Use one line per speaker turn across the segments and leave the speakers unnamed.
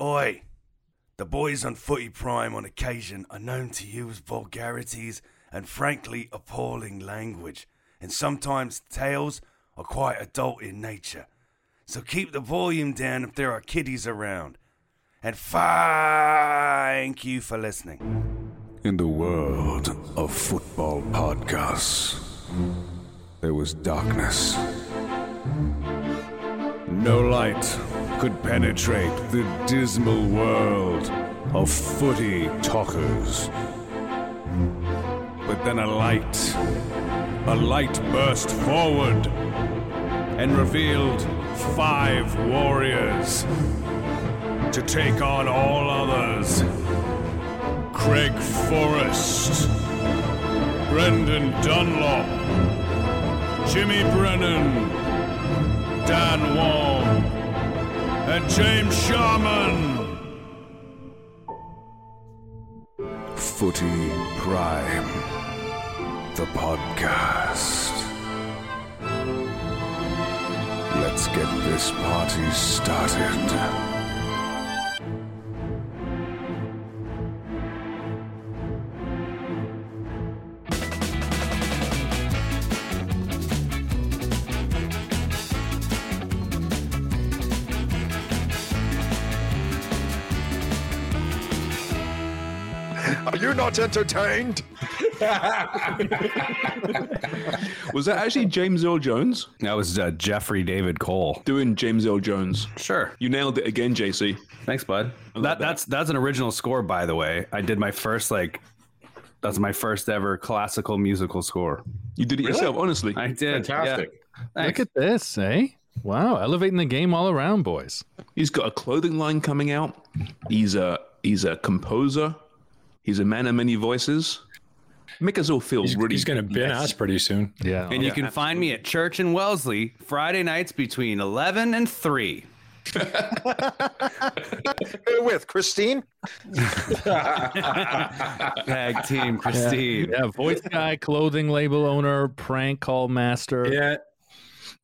Oi, the boys on Footy Prime on occasion are known to use vulgarities and frankly appalling language, and sometimes tales are quite adult in nature. So keep the volume down if there are kiddies around. And thank you for listening.
In the world of football podcasts, there was darkness. No light could penetrate the dismal world of footy talkers. But then a light, a light burst forward and revealed five warriors to take on all others. Craig Forrest, Brendan Dunlop, Jimmy Brennan, Dan Wong, and James Sharman. Footy Prime, the podcast. Let's get this party started.
Are you not entertained?
Was that actually James Earl Jones
That was uh, Jeffrey David Cole.
doing James Earl Jones?
Sure.
You nailed it again, JC.
Thanks, bud. That, that's that's an original score, by the way. I did my first like. That's my first ever classical musical score.
You did it yourself, honestly.
I did.
Fantastic.
Look at this, eh? Wow, elevating the game all around, boys.
He's got a clothing line coming out. He's a he's a composer. He's a man of many voices. Make us all feel
He's,
really.
he's going to bin us pretty soon.
Yeah.
And you can find me at church in Wellesley Friday nights between eleven and three.
Who with Christine?
Tag team, Christine.
yeah, voice guy, clothing label owner, prank call master.
Yeah.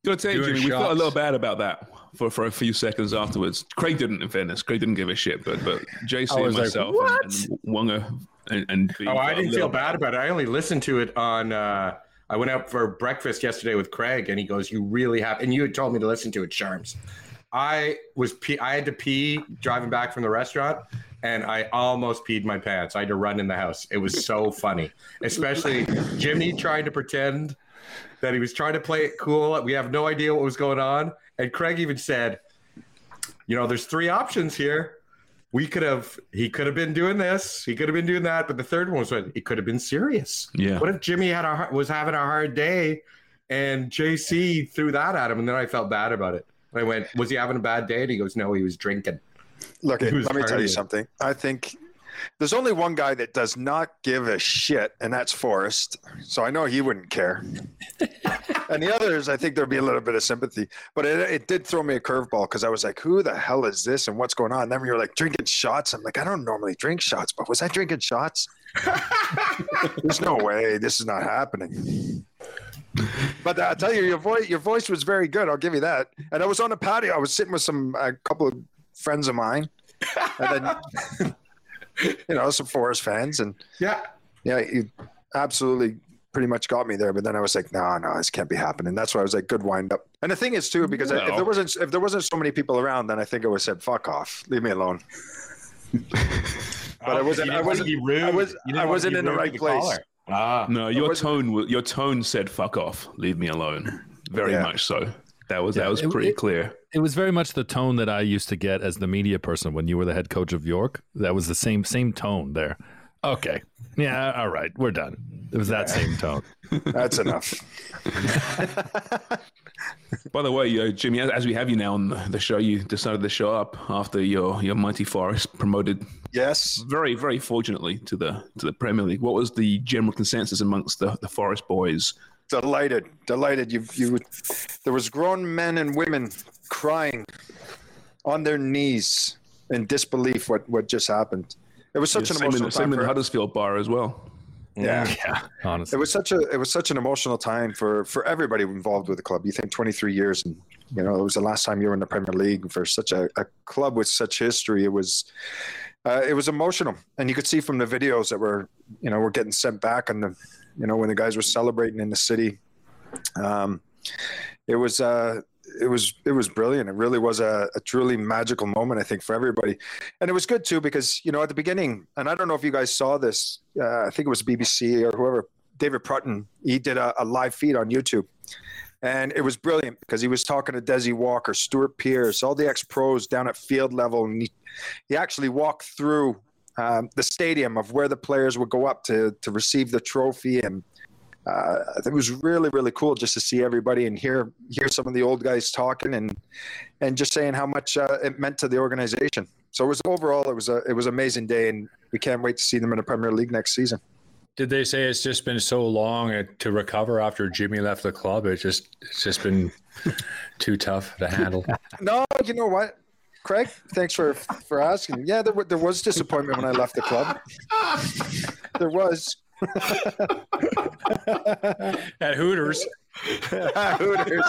Gotta tell you,
Doing
Jimmy, we felt a
shots.
little bad about that for, for a few seconds afterwards. Craig didn't, in fairness. Craig didn't give a shit, but but JC
I
and
was like,
myself and, and Wonga and, and B
Oh,
felt
I
a
didn't feel
little-
bad about it. I only listened to it on. Uh, I went out for breakfast yesterday with Craig, and he goes, "You really have." And you had told me to listen to it, Charms. I was pee. I had to pee driving back from the restaurant, and I almost peed my pants. I had to run in the house. It was so funny, especially Jimmy trying to pretend that he was trying to play it cool. We have no idea what was going on, and Craig even said, "You know, there's three options here." we could have he could have been doing this he could have been doing that but the third one was when it could have been serious
Yeah.
what if jimmy had a har- was having a hard day and jc threw that at him and then i felt bad about it i went was he having a bad day and he goes no he was drinking
Look,
He was
let me tell you
partying.
something. I think there's only one guy that does not give a shit, and that's Forrest. So I know he wouldn't care. and the others, I think there'd be a little bit of sympathy. But it, it did throw me a curveball because I was like, who the hell is this and what's going on? And then we were like, drinking shots. I'm like, I don't normally drink shots, but was I drinking shots? there's no way. This is not happening. But uh, I tell you, your voice your voice was very good. I'll give you that. And I was on a patio. I was sitting with some a couple of friends of mine, and then you know some Forest fans, and
yeah
yeah, you absolutely pretty much got me there. But then I was like, no, no, this can't be happening. That's why I was like, good wind up. And the thing is too, because I- if
No.
there wasn't if there wasn't so many people around, then I think I would have said, fuck off, leave me alone.
Oh,
but I wasn't. I wasn't. I was. I wasn't in the right place.
Ah,
No, your
was-
tone wa- your tone said "fuck off, leave me alone." Very
Yeah.
much so. That was
Yeah,
that was
it-
pretty
it-
clear.
It was very much the tone that I used to get as the media person when you were the head coach of York. That was the same same tone there. Okay. Yeah, all right. We're done. It was that same tone.
That's enough.
By the way, uh, Jimmy, as- as we have you now on the- the show, you decided to show up after your your mighty forest promoted
Yes.
very very fortunately to the to the Premier League. What was the general consensus amongst the, the Forest boys?
delighted delighted you you there was grown men and women crying on their knees in disbelief what what just happened it was such an
same in,
emotional
the- same
time
in the
for,
Huddersfield bar as well.
yeah
Honestly.
it was such a it was such an emotional time for for everybody involved with the club you think 23 years and you know it was the last time you were in the premier league for such a, a club with such history it was uh, it was emotional and you could see from the videos that were you know were getting sent back and the you know when the guys were celebrating in the city um it was uh it was it was brilliant. It really was a, a truly magical moment, I think, for everybody, and it was good too because you know at the beginning, and I don't know if you guys saw this. Uh, I think it was BBC or whoever David Prutton. He did a, a live feed on YouTube, and it was brilliant because he was talking to Desi Walker, Stuart Pierce, all the ex pros down at field level, and he, he actually walked through um, the stadium of where the players would go up to to receive the trophy, and uh, it was really really cool just to see everybody and hear hear some of the old guys talking and and just saying how much uh, it meant to the organization. So it was overall it was a it was an amazing day, and we can't wait to see them in the Premier League next season.
Did they say it's just been so long to recover after Jimmy left the club? It just it's just been too tough to handle.
No, you know what, Craig? Thanks for for asking. Yeah, there, wa- there was disappointment when I left the club. There was.
At Hooters,
Hooters.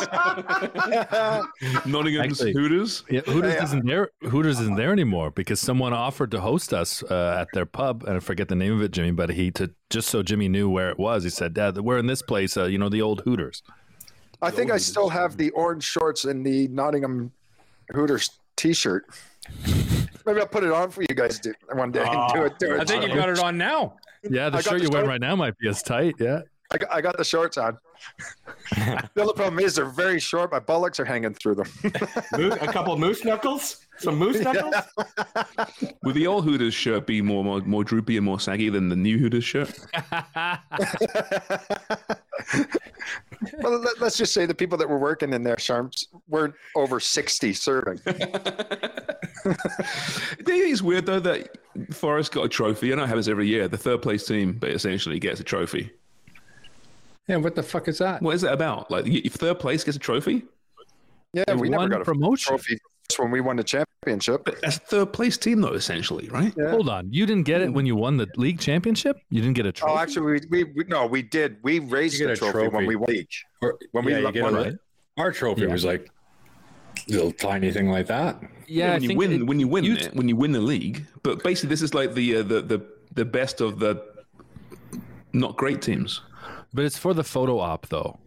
Nottingham's
Actually-
Hooters.
Yeah, Hooters
Yeah.
isn't there. Hooters
uh-huh.
isn't there anymore because someone offered to host us uh, at their pub, and I forget the name of it, Jimmy. But he to just so Jimmy knew where it was. He said, "Dad, we're in this place. Uh, you know, the old Hooters."
I think I still have the orange shorts and the Nottingham Hooters T-shirt. Maybe I'll put it on for you guys to, one day and do it. Do it.
Oh, I think you got it on now.
Yeah, the
I
shirt
got the
you're wearing
shirt.
right now might be as tight. Yeah,
I got, I got the shorts on. the only problem is they're very short. My buttocks are hanging through them.
Moose, a couple moose knuckles, some moose knuckles.
Would the old Hooters shirt be more, more more droopy and more saggy than the new Hooters shirt?
well, let, us just say the people that were working in there, Sharms, weren't over 60 serving.
Do you think it's weird though that Forest got a trophy? I know it happens every year. The third place team, but essentially gets a trophy.
Yeah, what the fuck is that?
What is it about? Like, if third place gets a trophy,
Yeah,
They
we never
won
got a
promotion.
trophy when we won the championship.
but that's a third place team though, essentially, right?
Hold on, you didn't get it when you won the league championship. You didn't get a trophy.
Oh, actually, we, we, we no, we did. We raised
You get
the
a
trophy,
trophy.
when we won.
Or-
When we
yeah, you
left
get it
one-
right. Our trophy was like a little tiny thing like that.
yeah,
when you win,
it-
when you win
you-
it, when you win the league. But basically, this is like the uh, the the the best of the not great teams.
But it's for the photo op, though,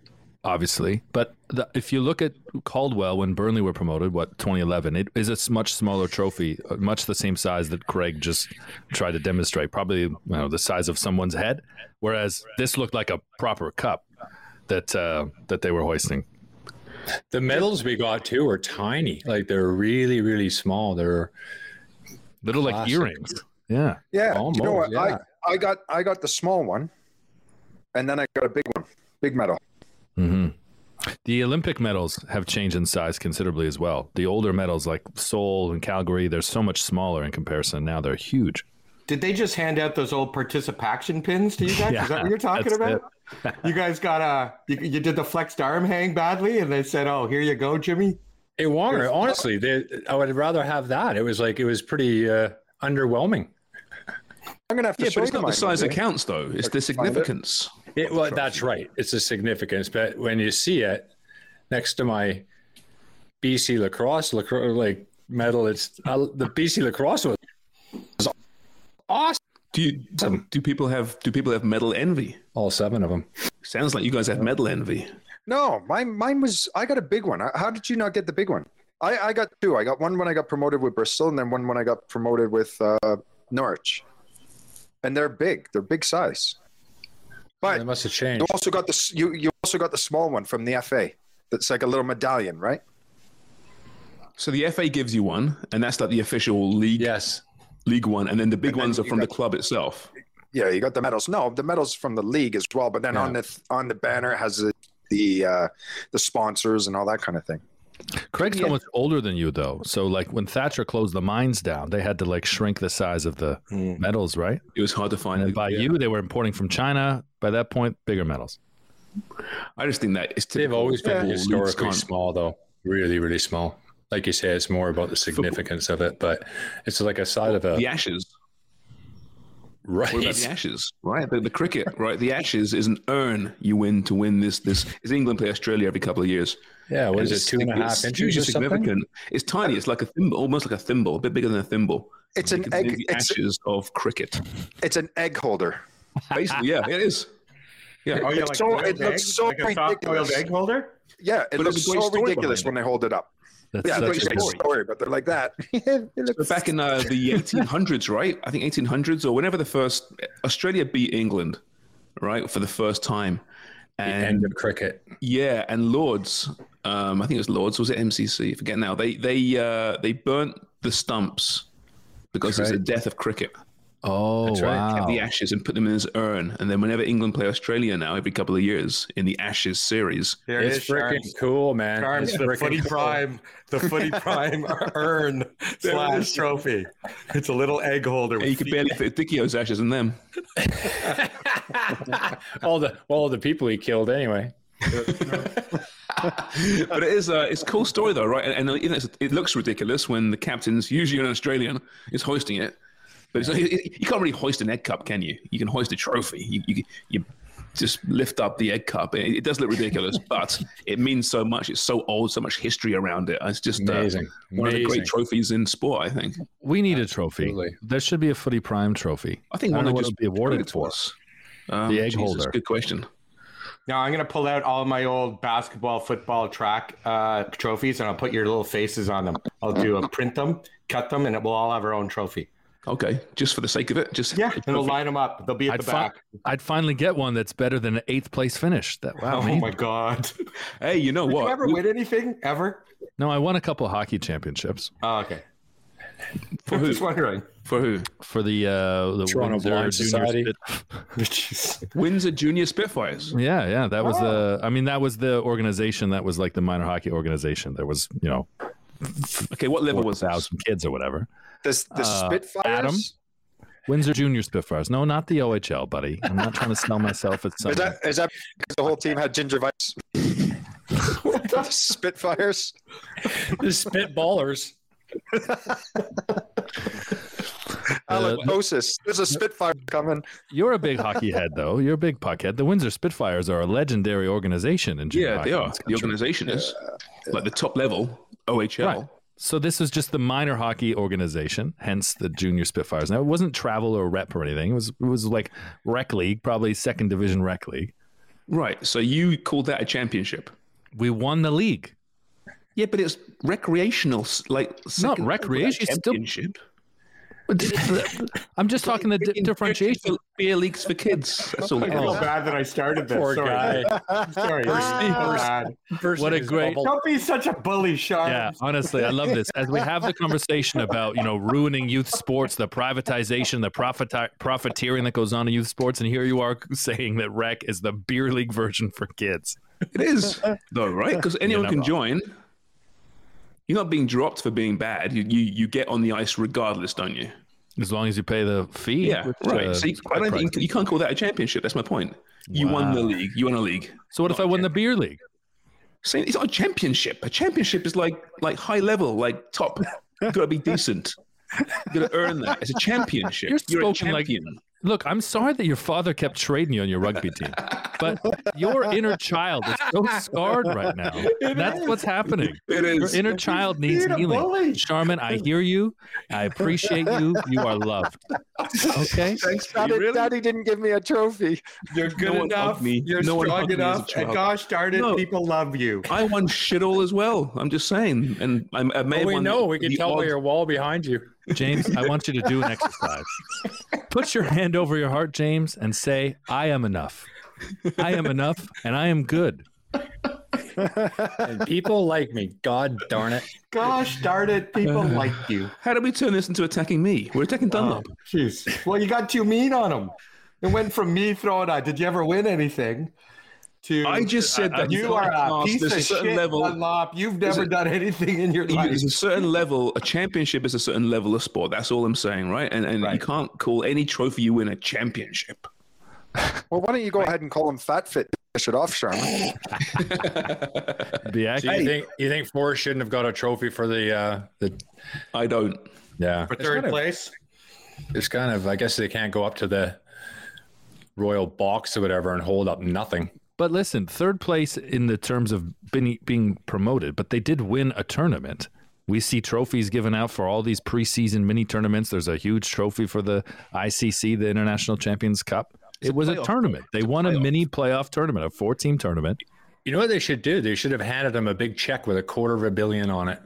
obviously. But the, if you look at Caldwell when Burnley were promoted, what 2011, it is a s- much smaller trophy, uh, much the same size that Craig just tried to demonstrate, probably you know, the size of someone's head. Whereas this looked like a proper cup that uh, that they were hoisting.
The medals we got too are tiny. Like they're really, really small. They're
Little like
Classic.
earrings. Yeah.
Yeah, you know
Almost,
what?
yeah.
I, I got I got the small one, and then I got a big one, big medal.
hmm The Olympic medals have changed in size considerably as well. The older medals like Seoul and Calgary, they're so much smaller in comparison. Now they're huge.
Did they just hand out those old participation pins to you guys?
Yeah,
Is that what you're talking
that's
about? you guys got a you, you did the flexed arm hang badly, and they said, "Oh, here you go, Jimmy."
it Warner, honestly, they, I would rather have that. It was like it was pretty uh, underwhelming.
I'm gonna have to
Yeah,
show
but it's
you
not
mine
the size
one
that
day.
counts though. It's the significance.
It, well, that's right. It's a significance, but when you see it next to my BC lacrosse, lacrosse like medal, it's uh, the BC lacrosse was was awesome.
Do you do people have do people have metal envy?
All seven of them.
Sounds like you guys have metal envy.
No, mine mine was I got a big one. How did you not get the big one? I, I got two. I got one when I got promoted with Bristol, and then one when I got promoted with uh, Norwich. And they're big. They're big size. But
They must have changed.
You also got the s- you you also got the small one from the FA. That's like a little medallion, right?
So the FA gives you one, and that's like the official league
Yes.
league one, and then the big ones are from the club itself.
Yeah, you got the medals. No, the medals from the league as well. But then on the on the banner it has the the, uh, the sponsors and all that kind of thing.
Craig's so much older than you, though. So, like when Thatcher closed the mines down, they had to like shrink the size of the medals, right?
It was hard to find.
And by you, they were importing from China. By that point, bigger medals.
I just think that it's
They've
typical
always been
Leeds
historically
can't-
small, though. Really, really small. Like you say, it's more about the significance of it, but it's like a side of a
The Ashes.
right.
What about the Ashes? Right, the, the cricket. Right, the Ashes is an urn you win to win this. This is England play Australia every couple of years.
Yeah, what is it? Two and a
it's
half inches
hugely
or something.
significant. It's tiny. It's like a thimble, almost like a thimble, a bit bigger than a thimble.
It's
You
an
can
egg.
name the
It's,
ashes of cricket.
it's an egg holder.
Basically, yeah, it is.
Oh, yeah,
It's
like
so-
boiled
it looks
egg?
so
like a soft boiled
ridiculous.
egg holder.
Yeah, it
But
looks
it's a great
so
story
ridiculous when
behind
they hold it up.
That's
yeah,
such a
it's a
good
great
story.
story, but they're like that. It looks-
Back in uh, the 1800s, right? I think 1800s or whenever the first Australia beat England, right, for the first time. And
End of cricket.
yeah, and Lords, um, I think it was Lords, was it MCC? I forget now. They they uh, they burnt the stumps because it's the death of cricket.
Oh
right.
wow!
the ashes and put them in this urn. And then whenever England play Australia now, every couple of years in the Ashes series,
There
It's
it is. Charms.
freaking cool, man.
Charms,
It's
the
frickin'
footy
cool.
prime, the footy prime urn slash trophy. It's a little egg holder.
you
with
could
feet.
barely fit Dickio's ashes in them.
all the all the people he killed anyway.
but it is a it's a cool story though, right? And, and uh, you know, it's, it looks ridiculous when the captain's usually an Australian is hoisting it, but it's, it, it- you can't really hoist an egg cup, can you? You can hoist a trophy. You you, you just lift up the egg cup. It, it does look ridiculous, but it means so much. It's so old, so much history around it. It's just uh,
Amazing.
one of the
Amazing.
great trophies in sport, I think.
we need a trophy.
Absolutely.
There should be a footy prime trophy.
I think
I don't
one
know
would
what
just
it'd be awarded
to
for.
us. Um,
The egg holder.
Good question.
Now I'm gonna pull out all my old basketball, football, track uh, trophies, and I'll put your little faces on them. I'll do a print them, cut them, and we'll all have our own trophy.
Okay, just for the sake of it, just
Yeah, and we'll line them up. They'll be at
I'd,
the
fi-
back.
I'd finally get one that's better than an eighth place finish. That wow!
oh
man.
my god!
Hey, you know
Did
what?
you ever
We-
win anything ever?
No, I won a couple hockey championships
Oh, okay.
For
I'm
who? Oh.
just wondering.
For who?
for the uh, the
Toronto
Windsor Junior
Blind Society.
Spit-
Windsor Junior Spitfires.
Yeah, yeah, that was the. I mean, that was the organization that was like the minor hockey organization. There was you know
Okay, what level
four
was that?
thousand kids or whatever.
the the
Uh,
Spitfires.
Adam? Windsor Junior Spitfires. No, not the OHL, buddy. I'm not trying to sell myself at
Is
something.
that is that because the whole team had gingivitis? The Spitfires.
The spitballers.
Aleknosis. There's a Spitfire coming.
Uh, You're a big hockey head, though. You're a big puckhead. The Windsor Spitfires are a legendary organization in junior
Yeah,
hockey
they
in
are.
this
The
country.
organization is like the top level OHL.
Right. So this was just the minor hockey organization, hence the junior Spitfires. Now it wasn't travel or rep or anything. It was it was like rec league, probably second division rec league.
Right, So you called that a championship?
We won the league.
Yeah, but it's recreational, s- like second-
recreation, it's still-
championship.
I'm just talking the di- differentiation.
beer leagues for kids. That's all.
I
that
feel
is.
bad that I started this.
Poor
Sorry.
guy.
Sorry. I'm bad.
What a great-
Don't be such a bully, Sean.
Yeah, honestly, I love this. As we have the conversation about you know ruining youth sports, the privatization, the profite- profiteering that goes on in youth sports, and here you are saying that rec is the beer league version for kids.
It is, though, right? Because anyone
never
can
are.
join. You're not being dropped for being bad. You, you you get on the ice regardless, don't you?
As long as you pay the fee.
Yeah,
which,
right.
uh,
so you,
is
I
quite
don't
pricey.
think you can't call that a championship. That's my point. You won the league. You won a league.
so what if I won the beer league?
Same, it's not a championship. A championship is like like high level, like top. Got to be decent. You got to earn that. It's a championship.
You're
a
spoken like-
champion.
Look, I'm sorry that your father kept trading you on your rugby team, but your inner child is so scarred right now. That's what's happening.
It is.
Your inner child needs
being a
healing.
bully.
Charmin, I hear you. I appreciate you. You are loved. Okay?
Thanks,
Daddy, Daddy didn't give me a trophy.
You're good
No one
enough.
hugged me.
You're
No one
strong
hugged me as a
enough. And
child.
gosh darn it,
No.
people love you.
I won shit all as well. I'm just saying, and I, I may
Well,
have
we
won
know. We can
the
tell by
odd-
your wall behind you.
James, I want you to do an exercise. Put your hand over your heart, James, and say, I am enough. I am enough and I am good.
And people like me. God darn it.
Gosh darn it, people like you.
How did we turn this into attacking me? We're attacking Dunlop.
Oh, Jeez. Well, you got too mean on him. It went from me throwing out, did you ever win anything? To "Uh,
I just said that
you are a
Dunlop,
piece
there's
of
a certain
shit,
level-
Dunlop. You've never
it-
done anything in your
You-
life.
There's a certain level. A championship is a certain level of sport. That's all I'm saying, right? And and you can't call any trophy you win a championship.
Well, why don't you go ahead and call him Fat Fit? Finish it off, Sharman.
Be
So
active.
you think you think Forrest shouldn't have got a trophy for the uh the
I don't.
yeah
For third place,
It's kind of I guess they can't go up to the royal box or whatever and hold up nothing.
But listen, third place in the terms of being, being promoted, but they did win a tournament. We see trophies given out for all these preseason mini tournaments. There's a huge trophy for the ICC, the International Champions Cup. it was a tournament. They won a mini playoff tournament, a four team tournament.
You know what they should do? They should have handed him a big check with a quarter of a billion on it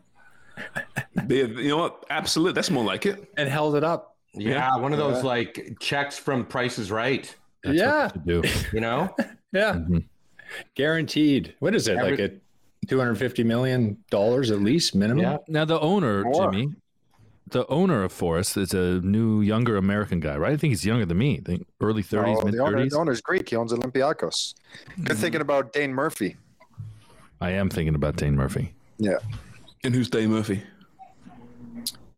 They, you know what? Absolutely. That's more like it.
and held it up.
yeah, one of those like checks from Price is Right.
yeah,
To do.
You know,
yeah, guaranteed. What is it
Every-
like a two hundred fifty million dollars at least minimum?
Yeah.
Now, the owner,
More.
Jimmy, the owner of Forest is a new, younger American guy, right? I think he's younger than me, I think early 30s,
Oh,
mid
the owner,
30s.
the owner's Greek. He owns Olympiacos. You're thinking about Dane Murphy.
I am thinking about Dane Murphy.
Yeah.
And who's Dave Murphy?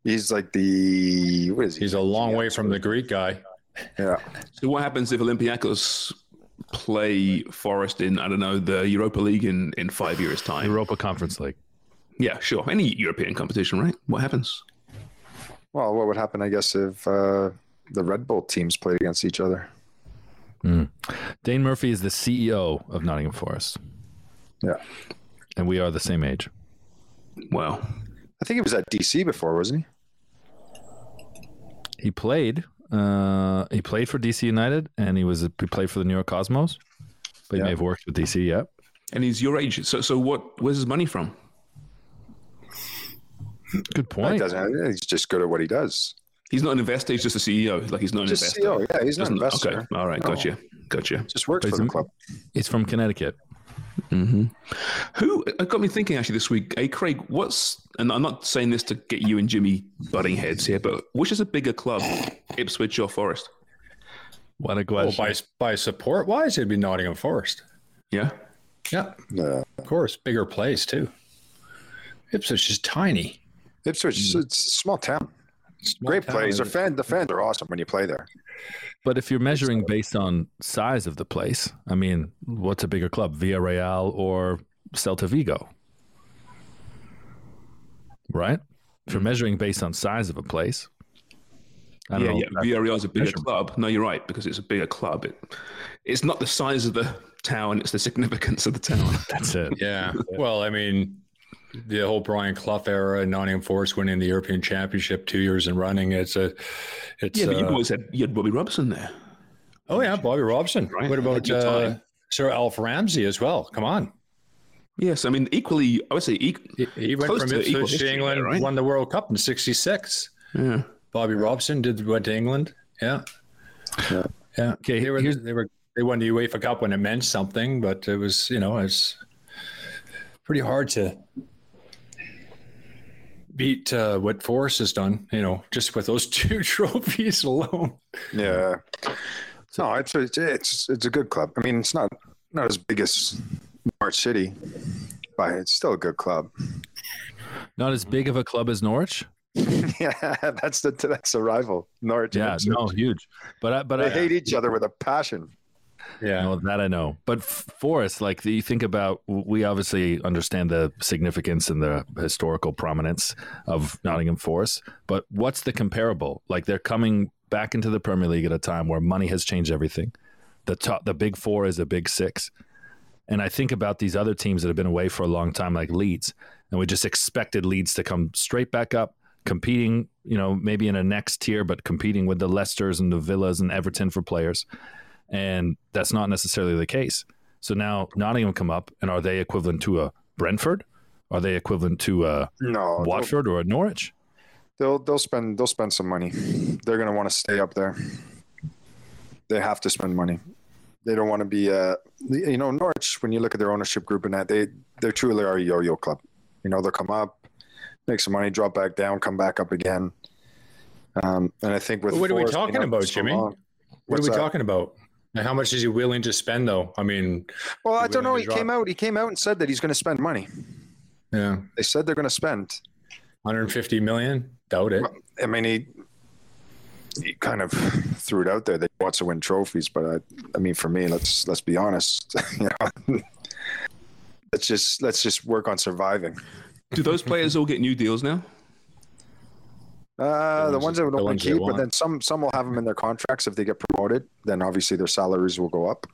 He's like the what is he?
He's a long way from the Greek guy.
Yeah.
So what happens if Olympiacos play Forest in I don't know the Europa League in in five years time?
Europa Conference League.
Yeah, sure. Any European competition, right? What happens?
Well, what would happen, I guess, if uh, the Red Bull teams played against each other?
Dane Murphy is the CEO of Nottingham Forest,
Yeah.
and we are the same age.
Wow.
I think he was at DC before, wasn't he?
He played. Uh, he played for DC United, and he was he played for the New York Cosmos. But he may have worked with DC. Yeah,
And he's your age. So so what? Where's his money from?
good
He
point.
doesn't. He's just good at what he does.
He's not an investor. He's just a CEO. Like he's not an
Just
investor.
CEO. Yeah, he's not an
Doesn't-
investor.
Okay. All right. Gotcha. Gotcha.
Just works
But
for
he's
the
a-
club.
He's
Mm-hmm.
from Connecticut.
Who it got me thinking actually this week? Hey, Craig, what's and I'm not saying this to get you and Jimmy butting heads here, but which is a bigger club, Ipswich or Forest?
What a
Well,
question!
Oh, by by support wise, it'd be Nottingham Forest.
Yeah.
Yeah,
Yeah.
of course, bigger place too. Ipswich is tiny.
Ipswich, it's, it's a small town.
Small
Great
town.
place. The, fan, the fans are awesome when you play there.
but if you're measuring based on size of the place, I mean, what's a bigger club, Villarreal or Celta Vigo? Right? If
Mm-hmm.
you're measuring based on size of a place, I don't
Yeah,
know.
yeah. Villarreal is a bigger club. No, you're right because it's a bigger club. It, it's not the size of the town; it's the significance of the town.
That's it.
Yeah. Well, I mean, the whole Brian Clough era, Nottingham Forest winning the European Championship two years in running. It's a, it's
yeah, but you
uh,
always had you had Bobby Robson there.
oh yeah, Bobby Robson.
Right.
What
At
about
the
uh,
time.
Sir Alf Ramsey as well? Come on,
Yes, I mean equally. I would say e-, equ-
he, he went
Close
from
to equal
Ipswich to
history
England,
there, right?
won the World Cup in '66.
yeah.
Bobby Robson did went to England. Yeah, yeah.
Okay,
they were
here's-
they were they won the UEFA Cup when it meant something, but it was you know it's pretty hard to beat uh, what Forrest has done. You know, just with those two trophies alone.
Yeah. No, it's it's it's, it's a good club. I mean, it's not not as big as Norwich City, but it's still a good club.
Not as big of a club as Norwich.
yeah, that's the that's the rival Norwich. and
Yeah,
Ipswich.
no, huge. But I, but
They
I
hate each other with a passion.
Yeah,
no, that I know. But f- Forrest, like you think about, we obviously understand the significance and the historical prominence of Nottingham Forest. But what's the comparable? Like they're coming back into the Premier League at a time where money has changed everything. The top, the big four is a big six. And I think about these other teams that have been away for a long time, like Leeds, and we just expected Leeds to come straight back up, competing, you know, maybe in a next tier, but competing with the Leicesters and the Villas and Everton for players. And that's not necessarily the case. So now Nottingham come up, and are they equivalent to a Brentford? Are they equivalent to a
No,
Watford or a Norwich?
They'll they'll spend they'll spend some money. They're gonna want to stay up there. They have to spend money. They don't want to be uh you know Norwich. When you look at their ownership group and that, they they truly are a yo-yo club. You know they'll come up, make some money, drop back down, come back up again. Um, and I think with
What are we
Forrest being
talking
up for
about,
so
Jimmy?
long-
What are
What's
we
that?
talking about? And how much is he willing to spend, though? I mean,
Well, I
We're
don't know.
gonna
He came
drop-
out. He came out and said that he's going to spend money.
yeah,
They said they're going to spend.
150 million. Doubt it.
I mean, he he kind of threw it out there. They want to win trophies, but I, I mean, for me, let's let's be honest. You know, let's just let's just work on surviving.
Do those players all get new deals now?
Uh, the ones that would
the
only
ones they
keep, but
want.
then some some will have them in their contracts if they get promoted. Then obviously their salaries will go up.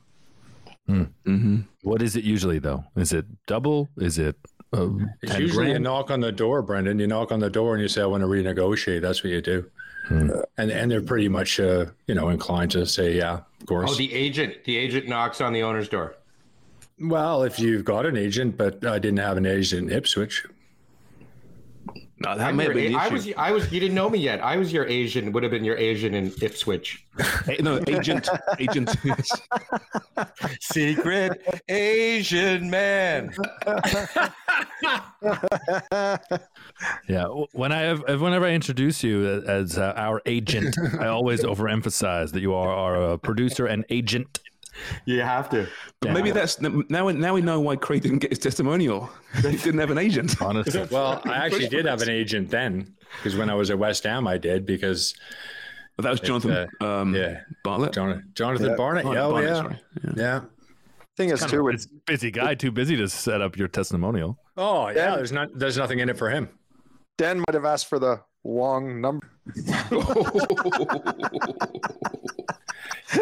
What is it usually though? Is it double? Is it uh,
It's
10
usually
grand?
a knock on the door, Brendan. You knock on the door and you say, "I want to renegotiate." That's what you do, and and they're pretty much uh, you know inclined to say, "Yeah, of course."
Oh, the agent. The agent knocks on the owner's door.
well, if you've got an agent, but I didn't have an agent in Ipswich.
No, that may have been the
I
issue.
was. I was. You didn't know me yet. I was your Asian. Would have been your Asian in Ipswich.
Eh, no, agent, agent.
Secret Asian man.
Yeah. w- When I have, whenever I introduce you a- as uh, our agent, I always overemphasize that you are, are a producer and agent.
You have to.
But maybe that's now. we- Now we know why Craig didn't get his testimonial. he didn't have an agent.
Honestly,
Well, I actually did have an agent then, because when I was at West Ham, I did because
But that was Jonathan um,
yeah,
Bartlett.
Jonathan, Jonathan Barnett.
Barnett,
yeah, oh,
Barnett,
yeah.
sorry. Yeah.
yeah.
Thing is, too, with
it's busy guy, too busy to set up your testimonial.
Oh, yeah. There's not. There's nothing in it for him.
Dan might have asked for the Wong number.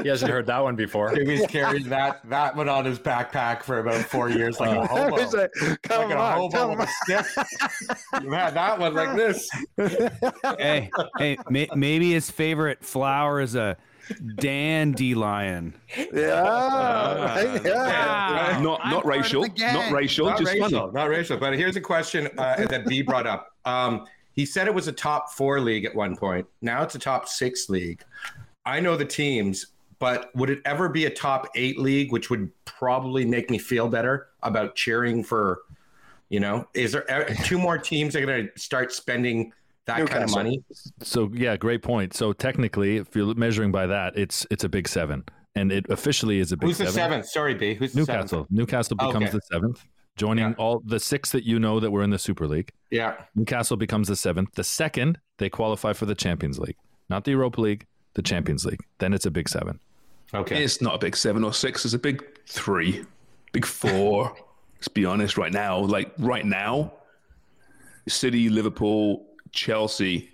He hasn't heard that one before.
He was carrying that that one on his backpack for about four years, like a
I
hobo,
was
like
like, come
a
on,
hobo
come
with a stick. You had that one like this.
hey, hey, may, maybe his favorite flower is a dandelion.
on. yeah, right? yeah.
Ah,
Not not racial. Not racial.
Not
just
racial,
funny.
not racial. But here's a question uh, that B brought up. Um, he said it was a top four league at one point. Now it's a top six league. I know the teams, but would it ever be a top eight league, which would probably make me feel better about cheering for, you know, is there e- two more teams that are going to start spending that kind of
Newcastle.
money?
So yeah, great point. So technically, if you're measuring by that, it's it's a big seven, and it officially is a big
Who's the
seven.
seventh? Sorry, B. Who's the
Newcastle.
seventh? Oh,
Newcastle becomes
Okay.
the seventh, joining
Yeah.
all the six that you know that were in the Super League.
Yeah.
Newcastle becomes the seventh. The second, they qualify for the Champions League, not the Europa League, the Champions League. Then it's a big seven.
Okay.
It's not a big seven or six. It's a big three, big four. Let's be honest. Right now, like right now, City, Liverpool, Chelsea,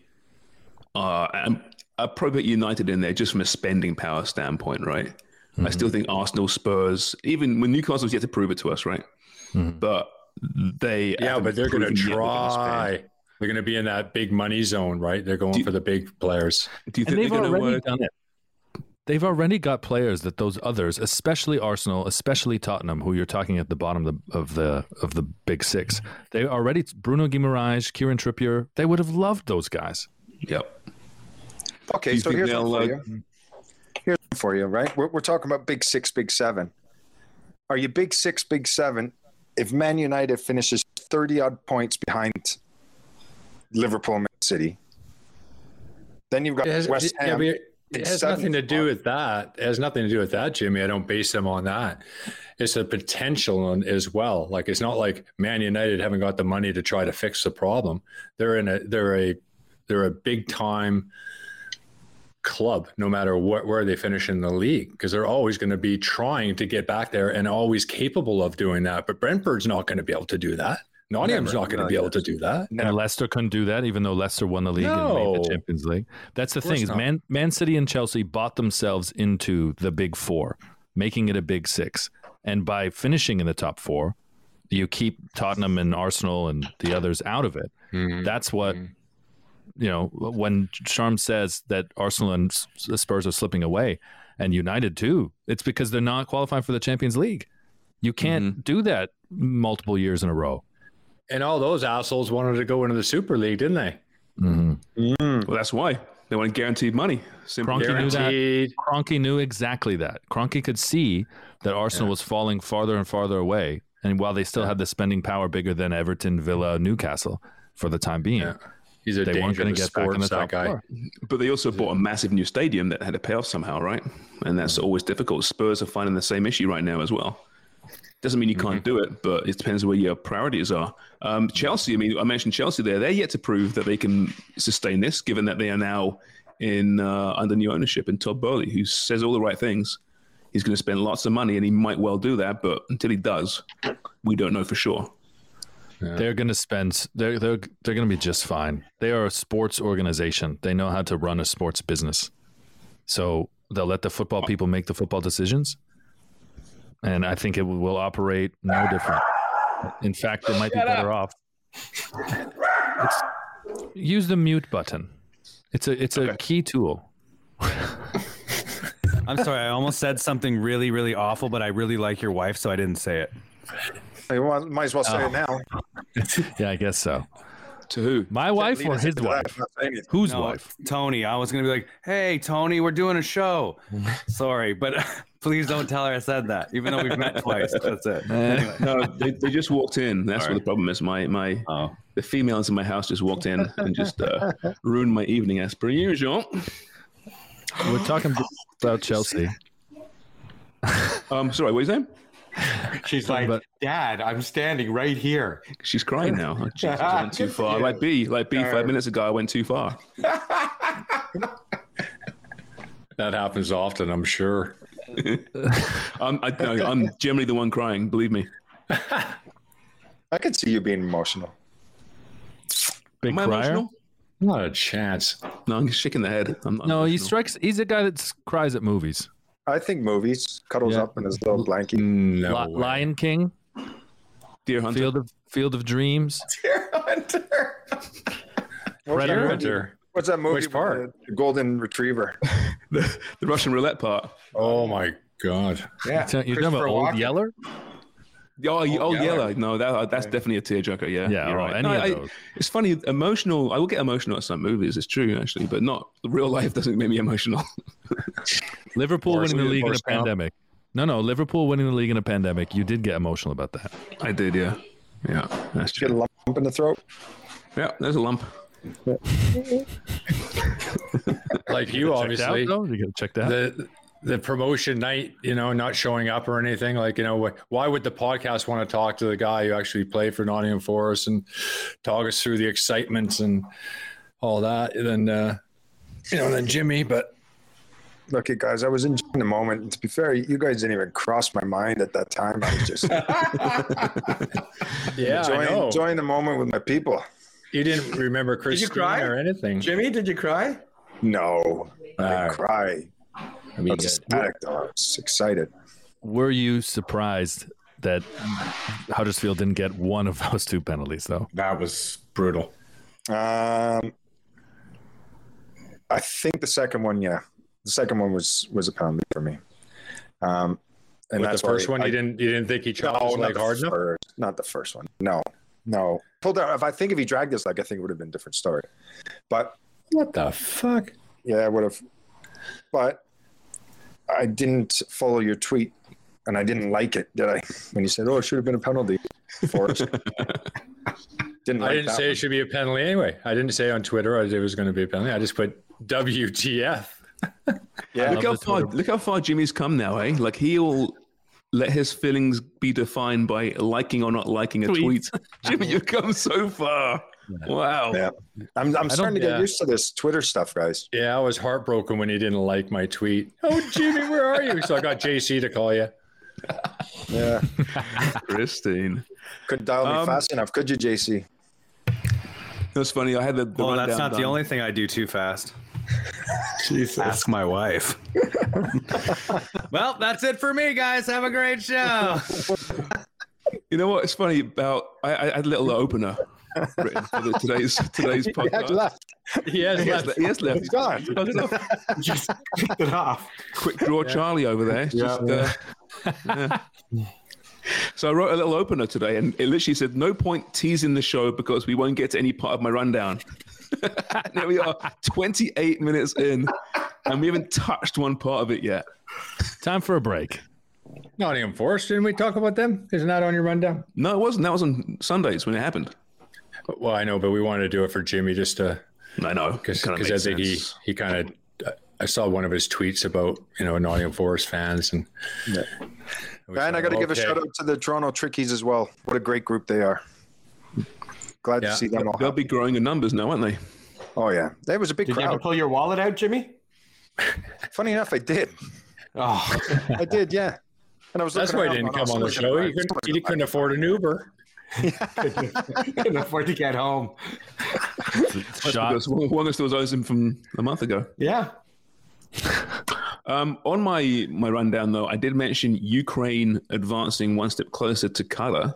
uh, and I probably put United in there just from a spending power standpoint, right? I still think Arsenal, Spurs, even when Newcastle's yet to prove it to us, right? But they
Yeah,
haven't
but they're going to
proven yet what they can spend.
try. They're going to be in that big money zone, right? They're going for the big players.
Do you
And
think
they've
they're going to
already
uh,
done it. They've already got players that those others, especially Arsenal, especially Tottenham, who you're talking at the bottom of the of the, of the big six. They already Bruno Guimaraes, Kieran Trippier. They would have loved those guys.
Yep.
Okay,
Do you
so
think
here's one
they'll,
for
uh,
you. Here's one for you, right? We're, we're talking about big six, big seven. Are you big six, big seven? If Man United finishes 30 odd points behind Liverpool and Man City, then you've got
It has,
West
yeah,
Ham.
but it- it has
Seven.
nothing to do with that. It has nothing to do with that, Jimmy. I don't base them on that. It's the potential on, as well. Like it's not like Man United haven't got the money to try to fix the problem. They're in a they're a they're a big time club no matter what where they finish in the league because they're always going to be trying to get back there and always capable of doing that but brentford's not going to be able to do that Nottingham's
Never.
not going
No,
to be able
yes.
to do that.
And Leicester couldn't do that, even though Leicester won the league and made
No.
the Champions League. That's the
course
thing is
not.
Man, Man City and Chelsea bought themselves into the big four, making it a big six. And by finishing in the top four, you keep Tottenham and Arsenal and the others out of it.
Mm-hmm.
That's what you know. When Charm says that Arsenal and S- Spurs are slipping away, and United too, it's because they're not qualifying for the Champions League. You can't
Mm-hmm.
do that multiple years in a row.
And all those assholes wanted to go into the Super League, didn't they? Mm-hmm.
Well, that's why they want guaranteed money. Simple.
Kroenke knew that.
Guaranteed.
Kroenke knew exactly that. Kroenke could see that Arsenal was falling farther and farther away, and while they still had the spending power bigger than Everton, Villa, Newcastle for the time being,
He's a
they weren't
danger
going
to
to get back in
sports,
the
that
top
guy.
four.
But they also bought a massive new stadium that had to pay off somehow, right? And that's always difficult. Spurs are finding the same issue right now as well. Doesn't mean you can't do it, but it depends where your priorities are. Um, Chelsea, I mean, I mentioned Chelsea there. They're yet to prove that they can sustain this, given that they are now in uh, under new ownership and Todd Bowley, who says all the right things. He's going to spend lots of money, and he might well do that. But until he does, we don't know for sure.
They're going to spend. They're they're they're going to be just fine. They are a sports organization. They know how to run a sports business, so they'll let the football people make the football decisions. And I think it will operate no different. In fact, it might be better off. It's- use the mute button. It's a it's a key tool.
I'm sorry, I almost said something really, really awful, but I really like your wife, so I didn't say it.
You want, might as well say it now.
Yeah, I guess so.
To who?
My wife
Lead
or
us
his
into that.
wife?
I'm not saying anything.
Whose
No,
wife?
Tony. I was gonna be like, "Hey, Tony, we're doing a show." Sorry, but please don't tell her I said that, even though we've met twice. That's it.
no, they, they just walked in. That's what the problem is. My my
Oh.
the females in my house just walked in and just uh, ruined my evening as per usual.
We're talking about Chelsea.
Um, sorry, what are you saying?
She's like, Dad, I'm standing right here.
She's crying now. Oh, Jesus, I went too far. Like B, like B, five minutes ago, I went too far.
That happens often, I'm sure.
I'm Um, I, no, I'm generally the one crying. Believe me.
I can see you being emotional.
Big
Am I
crier.
emotional?
Not a chance.
No, I'm shaking the head. I'm not
No, he
emotional.
strikes. He's a guy that s- cries at movies.
I think movies cuddles
Yeah.
up in his little blanket.
No.
Li-
way.
Lion King,
Deer Hunter.
Field of Field of Dreams,
What's that
Predator?
movie-
Hunter.
What's that movie?
Which
with
part?
The golden retriever.
The, the Russian roulette part.
Oh my God.
Yeah.
So You're talking about Old Yeller?
Oh, oh, oh
Yeller.
yellow. No, that, that's definitely a tearjerker. Yeah,
Yeah,
you're
or
right.
any
No,
of
I-
those.
it's funny, emotional. I will get emotional at some movies. It's true, actually, but not real life doesn't make me emotional.
Liverpool
Or
winning the
Sweden
league in a
first round.
pandemic. No, no, Liverpool winning the league in a pandemic. You did get emotional about that.
I did, yeah, yeah. That's
Get a
true.
lump in the throat.
Yeah, there's a lump.
Like you,
Checked out,
obviously.
though? You got checked out.
the the promotion night, you know, not showing up or anything. Like, you know, wh- why would the podcast want to talk to the guy who actually played for Nottingham Forest and talk us through the excitement and all that? And then, uh, you know, then Jimmy, but
Look, at guys, I was enjoying the moment. And to be fair, you guys didn't even cross my mind at that time. I was just
yeah, I
enjoying,
know.
enjoying the moment with my people.
you didn't remember Chris
cry?
or anything.
Jimmy, did you cry?
No, I
Uh,
cry. I was ecstatic, though. I was excited.
Were you surprised that Huddersfield didn't get one of those two penalties, though?
That was brutal.
Um, I think the second one, yeah, the second one was was a penalty for me. Um, and
with the
that's why
first one,
I-
you didn't you didn't think he chopped his
not
leg
the
hard enough.
first- Not the first one. No, no. Pulled out. If I think if he dragged his leg, I think it would have been a different story. But
What the fuck?
yeah, I would have. But I didn't follow your tweet, and I didn't like it, did I? When you said, "Oh, it should have been a penalty for us," didn't like
I didn't
that
say
one.
it should be a penalty anyway. I didn't say on Twitter it was going to be a penalty. I just put WTF.
Yeah.
look how far look how far Jimmy's come now, eh? Like he'll let his feelings be defined by liking or not liking a tweet.
Tweet.
Jimmy, you've come so far. Wow.
Yeah. I'm, I'm starting to get
yeah.
used to this Twitter stuff, guys.
Yeah, I was heartbroken when he didn't like my tweet. Oh, Jimmy, where are you? So I got JC to call you.
Yeah.
Christine.
Couldn't dial me
Um,
fast enough, could you, JC?
That's funny. I had the. Oh, the
Well, that's
rundown
not the
done.
only thing I do too fast.
Jesus.
Ask my wife. well, that's it for me, guys. Have a great show.
You know what? It's funny about I, I had a little opener written for the, today's today's
He had
podcast.
left.
He has
He has
left.
left. He has left.
He's gone.
He's gone. He's gone.
Just picked it off.
Quick draw, Charlie over there. It's Just, uh, yeah. So I wrote a little opener today, and it literally said, "No point teasing the show because we won't get to any part of my rundown." And there we are, 28 minutes in, and we haven't touched one part of it yet.
Time for a break.
Nottingham Forest. Didn't we talk about them? Isn't that on your rundown?
No, it wasn't. That was on Sundays when it happened.
Well, I know, but we wanted to do it for Jimmy just to
I know because
because I think he he kind of I saw uh, one of his tweets about you know Nottingham Forest fans and
And I got to give a
Okay.
shout out to the Toronto Trickies as well. What a great group they are. Glad
Yeah.
to see them all.
they'll be growing in numbers now, won't they?
Oh yeah, that was a big
Did you ever
crowd.
pull your wallet out, Jimmy?
Funny enough, I did.
Oh,
I did, yeah. And I was
that's
looking
why he
around
didn't
going,
come
"Oh,
on the
someone's
show.
gonna
He
buy it,
couldn't, he
someone's
couldn't afford an Uber.
couldn't afford to get home.
Shot.
Because one one still owes him from a month ago.
Yeah.
Um, on my my rundown, though, I did mention Ukraine advancing one step closer to color,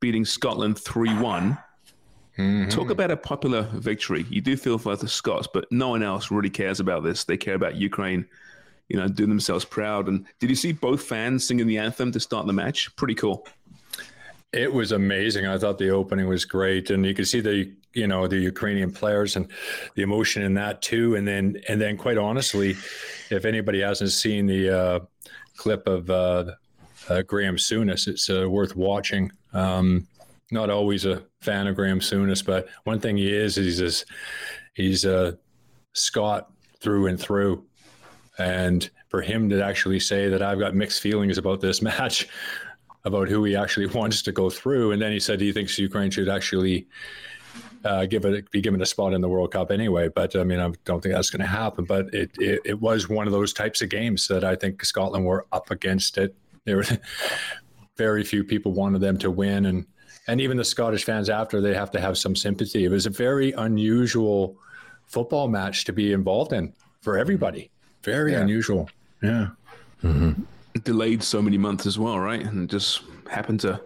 beating Scotland three one. Talk about a popular victory. You do feel for the Scots, but no one else really cares about this. They care about Ukraine, you know, doing themselves proud. And did you see both fans singing the anthem to start the match? Pretty cool.
It was amazing. I thought the opening was great, and you could see the you know the Ukrainian players and the emotion in that too. And then and then quite honestly, if anybody hasn't seen the uh, clip of uh, uh, Graham Souness, it's uh, worth watching. Um, not always a fan of Graham Souness, but one thing he is is is he's a Scot through and through. And for him to actually say that I've got mixed feelings about this match, about who he actually wants to go through, and then he said he thinks Ukraine should actually uh, give it be given a spot in the World Cup anyway. But I mean, I don't think that's going to happen. But it, it it was one of those types of games that I think Scotland were up against it. There were very few people wanted them to win, and and even the Scottish fans after they have to have some sympathy. It was a very unusual football match to be involved in for everybody. Very unusual. Yeah.
Delayed so many months as well, right? And just happened to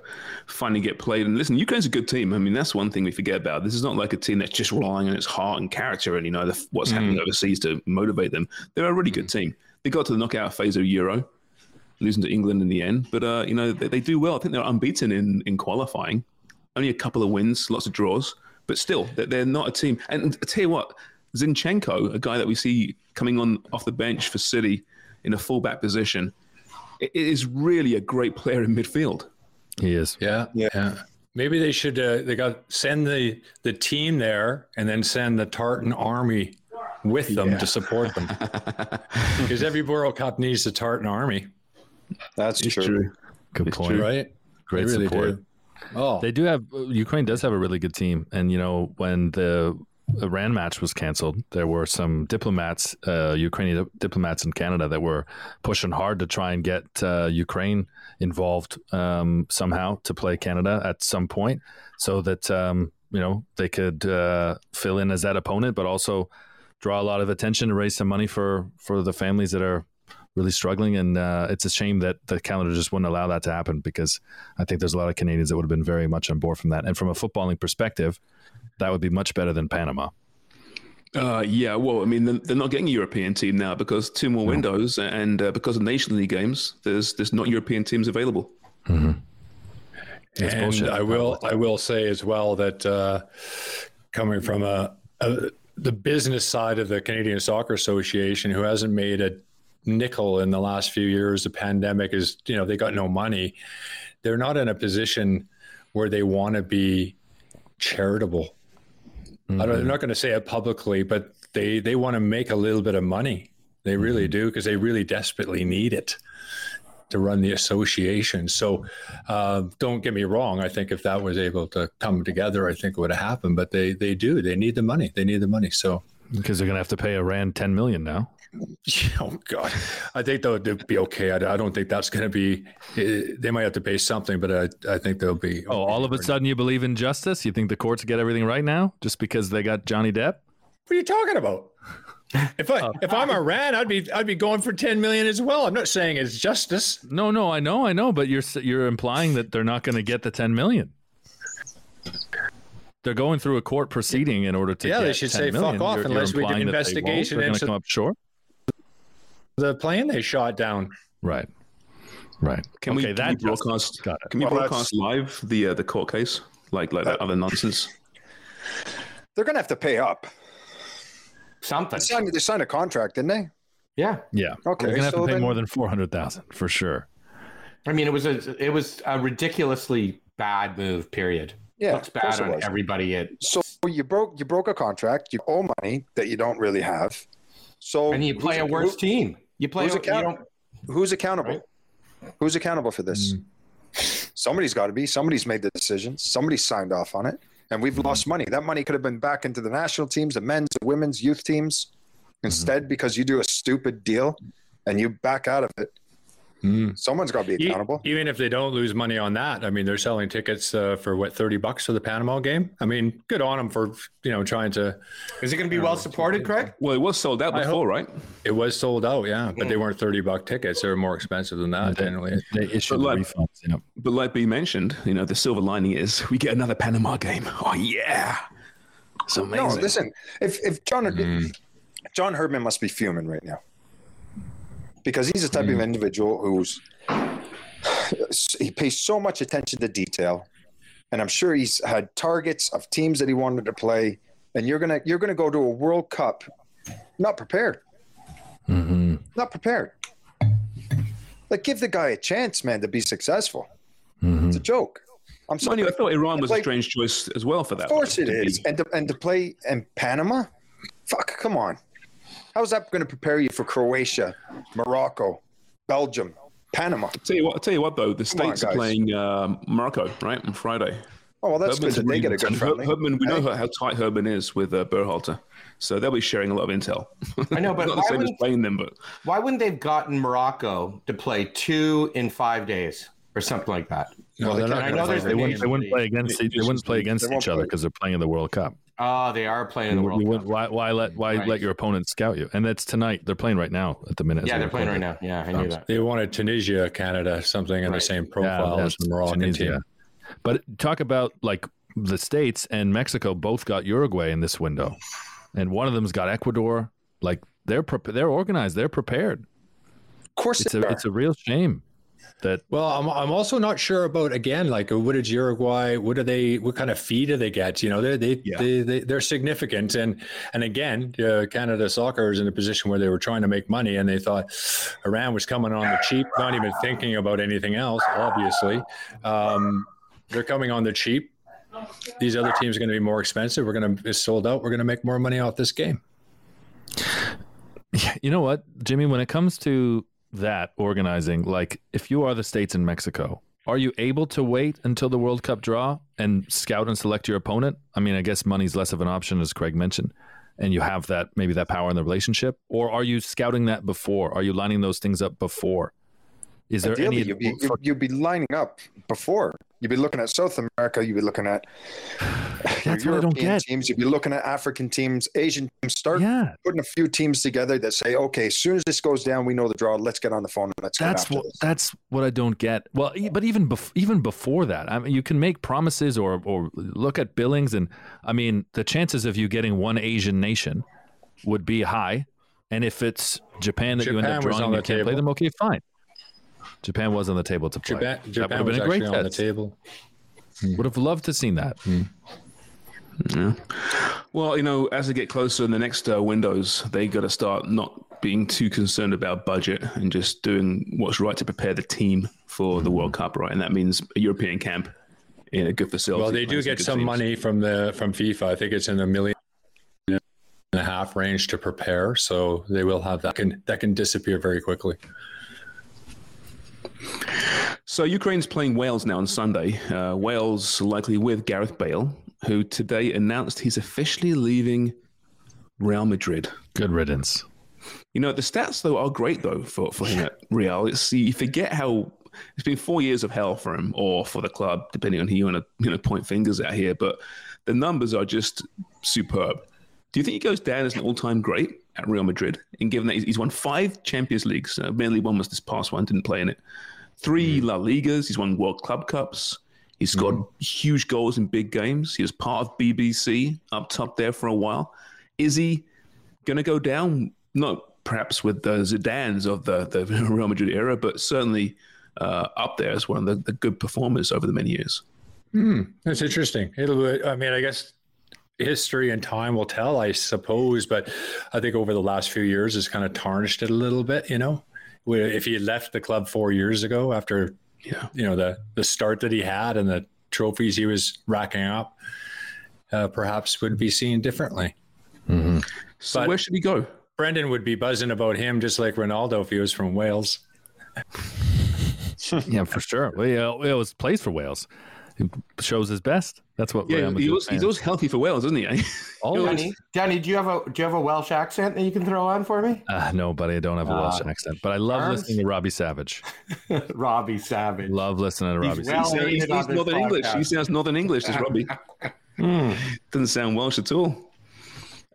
finally get played. And listen, Ukraine's a good team. I mean, that's one thing we forget about. This is not like a team that's just relying on its heart and character and you know the, what's happening overseas to motivate them. They're a really good team. They got to the knockout phase of Euro, losing to England in the end. But uh, you know they, they do well. I think they're unbeaten in in qualifying. Only a couple of wins, lots of draws, but still they're, they're not a team. And I tell you what, Zinchenko, a guy that we see coming on off the bench for City in a fullback position, i- is really a great player in midfield.
He is.
Yeah, yeah. Maybe they should. Uh, they got send the the team there, and then send the tartan army with them to support them, because every World Cup needs the tartan army,
That's true.
Good point.
right?
Great
They really
support.
do. Oh,
They do have Ukraine does have a really good team, and you know when the Iran match was canceled, there were some diplomats, uh, Ukrainian diplomats in Canada, that were pushing hard to try and get uh, Ukraine involved um, somehow to play Canada at some point, so that um, you know they could uh, fill in as that opponent, but also draw a lot of attention and raise some money for for the families that are really struggling and uh, it's a shame that the calendar just wouldn't allow that to happen because I think there's a lot of Canadians that would have been very much on board from that. And from a footballing perspective, that would be much better than Panama.
Uh, yeah, well, I mean, they're- they're not getting a European team now because two more windows, and uh, because of Nation League games, there's there's not European teams available.
It's
and
bullshit.
I will I will say as well that uh, coming from a, a the business side of the Canadian Soccer Association, who hasn't made a nickel in the last few years, the pandemic is you know they got no money. They're not in a position where they want to be charitable. I don't, they're not going to say it publicly, but they they want to make a little bit of money. They really do because they really desperately need it to run the association. So uh, don't get me wrong. I think if that was able to come together, I think it would have happened. But they they do. They need the money. They need the money. So
Because they're going to have to pay Iran 10 million now.
Oh God, I think they'll they'll be okay. I, I don't think that's going to be. eh, They might have to pay something, but I I think they'll be.
Oh, all of a sudden you believe in justice? You think the courts get everything right now just because they got Johnny Depp?
What are you talking about? If I if I'm Iran, I'd be I'd be going for ten million as well. I'm not saying it's justice.
No, no, I know, I know, but you're s- you're implying that they're not going to get the 10 million. They're going through a court proceeding in order to
Yeah,
get
they should
10
say,
million.
"Fuck off,"
You're- you're
unless we do
implying that they won't.
investigation
They're going to
into-
come up short.
The plane they shot down.
Right. Right.
Can we,
okay,
can
that
we broadcast?
Got it.
Can we
Well, that's- Uh,
broadcast live the uh, the court case like like that other nonsense?
They're going to have to pay up.
Something.
They signed, they signed a contract, didn't they?
Yeah.
Yeah.
Okay,
They're going to have
so
to pay
then-
more than 400,000 for sure.
I mean, it was a it was a ridiculously bad move. Period.
Yeah,
looks
of course
bad
it
on
was.
everybody. It
So you broke you broke a contract. You owe money that you don't really have. So
and you play a worse team. You play.
who's,
a- You
account-
don't, Mm.
who's accountable? Who's accountable for this? Somebody's got to be. Somebody's made the decision. Somebody signed off on it, and we've lost money. That money could have been back into the national teams, the men's, the women's, youth teams.
Mm-hmm.
Instead, because you do a stupid deal and you back out of it,
Mm.
someone's got to be
E-
accountable.
Even if they don't lose money on that, I mean, they're selling tickets uh, for what thirty bucks for the Panama game. I mean, good on them for you know trying to.
is it going to be well supported, Craig?
Well, it was sold out before, right?
It was sold out, yeah, but they
Mm.
weren't thirty buck tickets. They were more expensive than
Mm-hmm.
that. Generally,
Uh, They issued the
like-
refunds. You know.
But like we mentioned, you know, the silver lining is we get another Panama game. Oh yeah, it's amazing.
No, listen. If if John John Herdman must be fuming right now because he's the type of individual who's he pays so much attention to detail, and I'm sure he's had targets of teams that he wanted to play. And you're gonna you're gonna go to a World Cup not prepared, not prepared. Like give the guy a chance, man, to be successful. It's a joke. I'm
Mind
sorry.
you, I thought Iran was a
Like-
strange choice as well for that.
Of course it is. And to, and to play in Panama? Fuck, come on. How's that going to prepare you for Croatia, Morocco, Belgium, Panama?
Tell you what, tell you what though, the
on,
states are
guys.
playing um Morocco right on Friday.
Oh, well, that's
Herdman's
good that they
really
get a good
tight. Her-
friendly.
Herdman, we know
Hey.
how- how tight Herman is with uh, Berhalter, so they'll be sharing a lot of intel.
I know, but
not the same
why
as
wouldn't-
playing them, but
Why wouldn't they've gotten Morocco to play two in five days or something like that?
no, they're not
I
gonna
know there's
play
the
They wouldn't, they
Nations
wouldn't
League.
play against, they wouldn't play against
They won't
each other
play.
because they're playing in the World Cup.
Oh, they are playing in the
You
World
wouldn't-
Cup.
why, why let why let your opponent scout you? And that's tonight. They're playing right now at the minute.
Yeah, they're playing right now. Yeah, I knew that.
They wanted Tunisia, Canada, something in the
Right.
same profile as the Moroccan team.
But talk about like the states and Mexico both got Uruguay in this window, and one of them's got Ecuador. Like they're pre- they're organized. They're prepared.
Of course
It's
they
a
are.
it's a real shame that
Well, I'm, I'm also not sure about again, like what did Uruguay? What do they? What kind of fee do they get? You know, they they
Yeah.
they, they they're significant, and and again, uh, Canada soccer is in a position where they were trying to make money, and they thought Iran was coming on the cheap, not even thinking about anything else. Obviously, um, they're coming on the cheap. These other teams are going to be more expensive. We're going to it's sold out. We're going to make more money off this game.
you know what, Jimmy, when it comes to that organizing, like if you are the states in Mexico, are you able to wait until the World Cup draw and scout and select your opponent? I mean, I guess money's less of an option, as Craig mentioned, and you have that maybe that power in the relationship, or are you scouting that before? Are you lining those things up before? Is there
Ideally,
any?
you'd be, you'd, you'd be lining up before. You'd be looking at South America. You'd be looking at your
That's what I don't get.
teams. You'd be looking at African teams, Asian teams. Start
yeah,
putting a few teams together that say, okay, as soon as this goes down, we know the draw. Let's get on the phone and let's get
that's
after
what
this.
that's what I don't get. Well, e- but even bef- even before that, I mean, you can make promises or or look at billings, and I mean, the chances of you getting one Asian nation would be high, and if it's Japan that you end
Japan
up
was
drawing,
on
and you
the
can't play
table.
them. Okay, fine. Japan was on the table to play.
Japan,
that would
Japan
have
was
been a
actually
great
on the
test.
table. Hmm.
Would have loved to seen that.
well, you know, as they get closer in the next uh, windows, they got to start not being too concerned about budget and just doing what's right to prepare the team for the World Cup, right? And that means a European camp in a good facility.
Well, they do
playing
get
good
some
teams.
money from the from FIFA. I think it's in the million and a half range to prepare, so they will have that can that can disappear very quickly.
So Ukraine's playing Wales now on Sunday. Uh, Wales likely with Gareth Bale, who today announced he's officially leaving Real Madrid.
Good riddance.
You know, the stats though are great though for, for him at Real. It's you forget how it's been four years of hell for him or for the club, depending on who you want to you know point fingers at here. But the numbers are just superb. Do you think he goes down as an all-time great at Real Madrid? And given that he's- he's won five Champions Leagues, uh, mainly one was this past one, didn't play in it. Three La Ligas, he's won World Club Cups. He's scored huge goals in big games. He was part of BBC up top there for a while. Is he going to go down? Not perhaps with the Zidans of the, the Real Madrid era, but certainly uh, up there as one of the, the good performers over the many years.
Hmm, that's interesting. It'll, I mean, I guess history and time will tell, I suppose. But I think over the last few years, it's kind of tarnished it a little bit. You know, Where if he left the club four years ago after, you know, the the start that he had and the trophies he was racking up, uh, perhaps would be seen differently.
So where should he go?
Brendan would be buzzing about him just like Ronaldo if he was from Wales.
yeah, for sure. Well, yeah, it was plays for Wales. He shows his best. That's what Real
Yeah,
Madrid
he was, he's
fans-
always healthy for Wales, isn't he? eh?
always.
Danny, Danny, do you have a do you have a Welsh accent that you can throw on for me?
Uh, no, buddy, I don't have a Welsh
Ah,
accent, but I love
Arms?
listening to Robbie Savage.
Robbie Savage.
Love listening to Robbie.
He's
Savage.
well-
He's- he's
rated on this
Northern English.
podcast.
He sounds Northern English, this Robbie. Doesn't sound Welsh at all.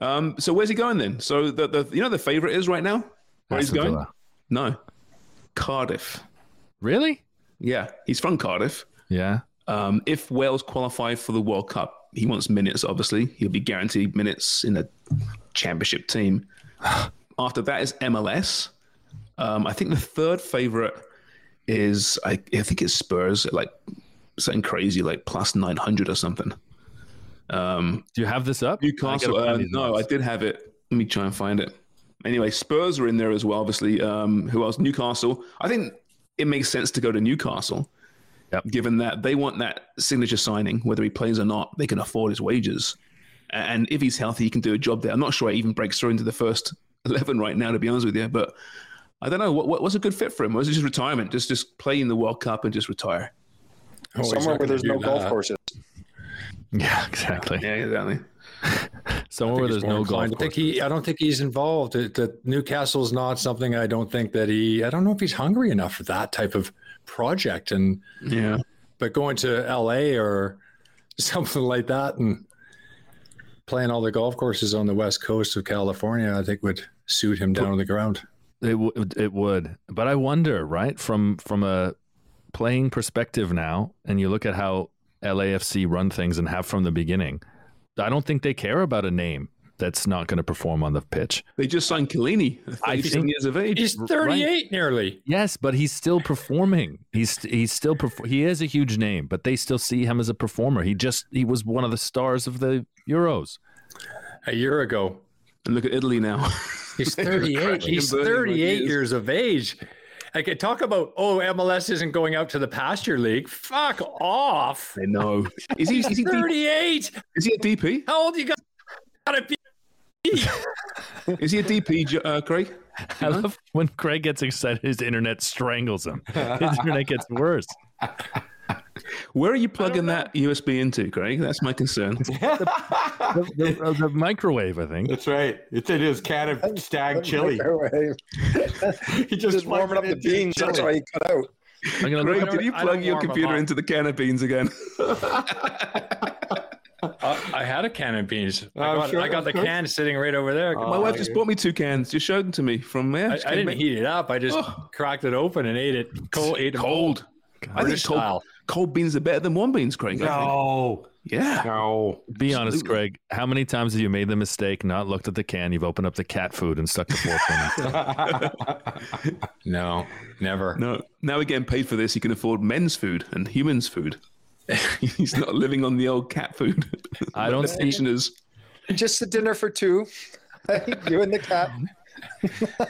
Um, so where's he going then? So the, the you know the favorite is right now where he's
Aston
going?
Villa.
No, Cardiff.
Really?
Yeah, he's from Cardiff.
Yeah.
Um, if Wales qualify for the World Cup, he wants minutes. Obviously, he'll be guaranteed minutes in a championship team. After that is MLS. Um, I think the third favorite is I, I think it's Spurs at like something crazy like plus nine hundred or something. Um,
Do you have this up?
Newcastle.
I gotta
Uh,
find these
no, I
notes.
did have it. Let me try and find it. Anyway, Spurs are in there as well. Obviously, um, who else? Newcastle. I think it makes sense to go to Newcastle,
Yep.
given that they want that signature signing, whether he plays or not. They can afford his wages, A- and if he's healthy, he can do a job there. I'm not sure it even breaks through into the first eleven right now, to be honest with you. But I don't know what, what what's a good fit for him. Was it just retirement? Just just play in the World Cup and just retire?
Oh, he's
Somewhere
not
where
gonna
there's
do
no golf
that.
courses.
Yeah, exactly.
Yeah, exactly.
Somewhere where
think
there's
he's more
no
inclined.
golf
I think
course.
he. I don't think he's involved. It- That Newcastle's not something. I don't think that he. I don't know if he's hungry enough for that type of project. And
Yeah.
but going to L.A. or something like that and playing all the golf courses on the west coast of California, I think would suit him down to the ground.
It w- it would, but I wonder, right? From from a playing perspective now, and you look at how LAFC run things and have from the beginning. I don't think they care about a name that's not going to perform on the pitch.
They just signed Collini,
I
18
think-
years of age.
He's 38 nearly.
Yes, but he's still performing. He's he's still perf- he is a huge name, but they still see him as a performer. He just he was one of the stars of the Euros.
A year ago,
And look at Italy now.
He's
They're
38.
crashing
He's
and burning like
38
he is.
years of age. I could talk about, oh, MLS isn't going out to the pasture league. Fuck off.
I know. Is he, is, he,
38.
is he a DP?
How old you got to be?
Is he a DP, Jo- uh, Craig?
I love when Craig gets excited, his internet strangles him. His internet gets worse.
Where are you plugging that USB into, Craig? That's my concern.
The, the- uh, the microwave, I think.
That's right. It's in his can of stag chili. He just,
Just warming up
plugged it
the
into
beans.
chili.
That's why he cut out.
I'm gonna look
Craig,
up-
did you
I don't
plug your
warm 'em
computer
up.
into the can of beans again?
I had a can of beans. I
I'm
got,
sure-
I got
of
the
course. Oh,
can sitting right over there.
my wife just bought me two cans. Just showed them to me from there.
Oh, I,
She
I
came
didn't
back-
heat it up. I just
Oh.
cracked it open and ate it cold. Ate it
cold. I think
British
cold,
style.
cold beans are better than warm beans, Craig. I think.
No,
Yeah.
no.
Be honest, Craig. How many times have you made the mistake, not looked at the can, you've opened up the cat food and stuck the fork in it?
No, never.
No. Now we're getting paid for this. He can afford men's food and humans' food. He's not living on the old cat food.
I don't see-
pensioners.
Just a dinner for two. you and the cat.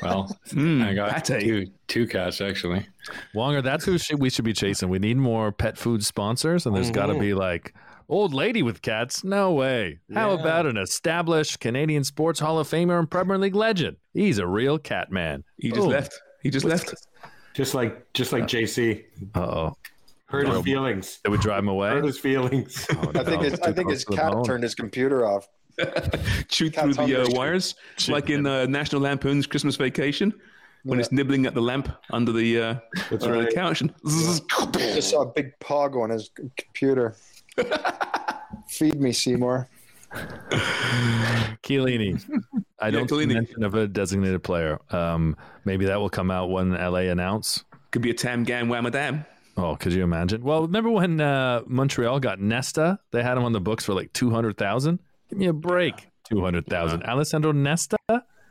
Well,
Hmm.
I got
pate.
two, two cats actually.
Wonger, that's who should, we should be chasing. We need more pet food sponsors, and there's got to be like old lady with cats. No way. How about an established Canadian sports Hall of Famer and Premier League legend? He's a real cat man.
He just
Boom.
left. He just left.
Just like just like JC
Uh oh,
hurt his feelings.
it would drive him away. Oh,
Hurt his feelings.
I think his, I think his cat turned his computer off.
chew through the uh, wires, like in uh, National Lampoon's Christmas Vacation, when it's nibbling at the lamp under the uh, under the
right.
couch. And
Just saw a big pog on his c- computer. Feed me, Seymour.
Chiellini. I don't see
Chiellini.
mention of a designated player. Um, maybe that will come out when LA announce.
could be a tam gam wamadam.
Oh, could you imagine? Well, remember when uh, Montreal got Nesta? They had him on the books for like two hundred thousand. Give me a break. Two hundred thousand. Alessandro Nesta.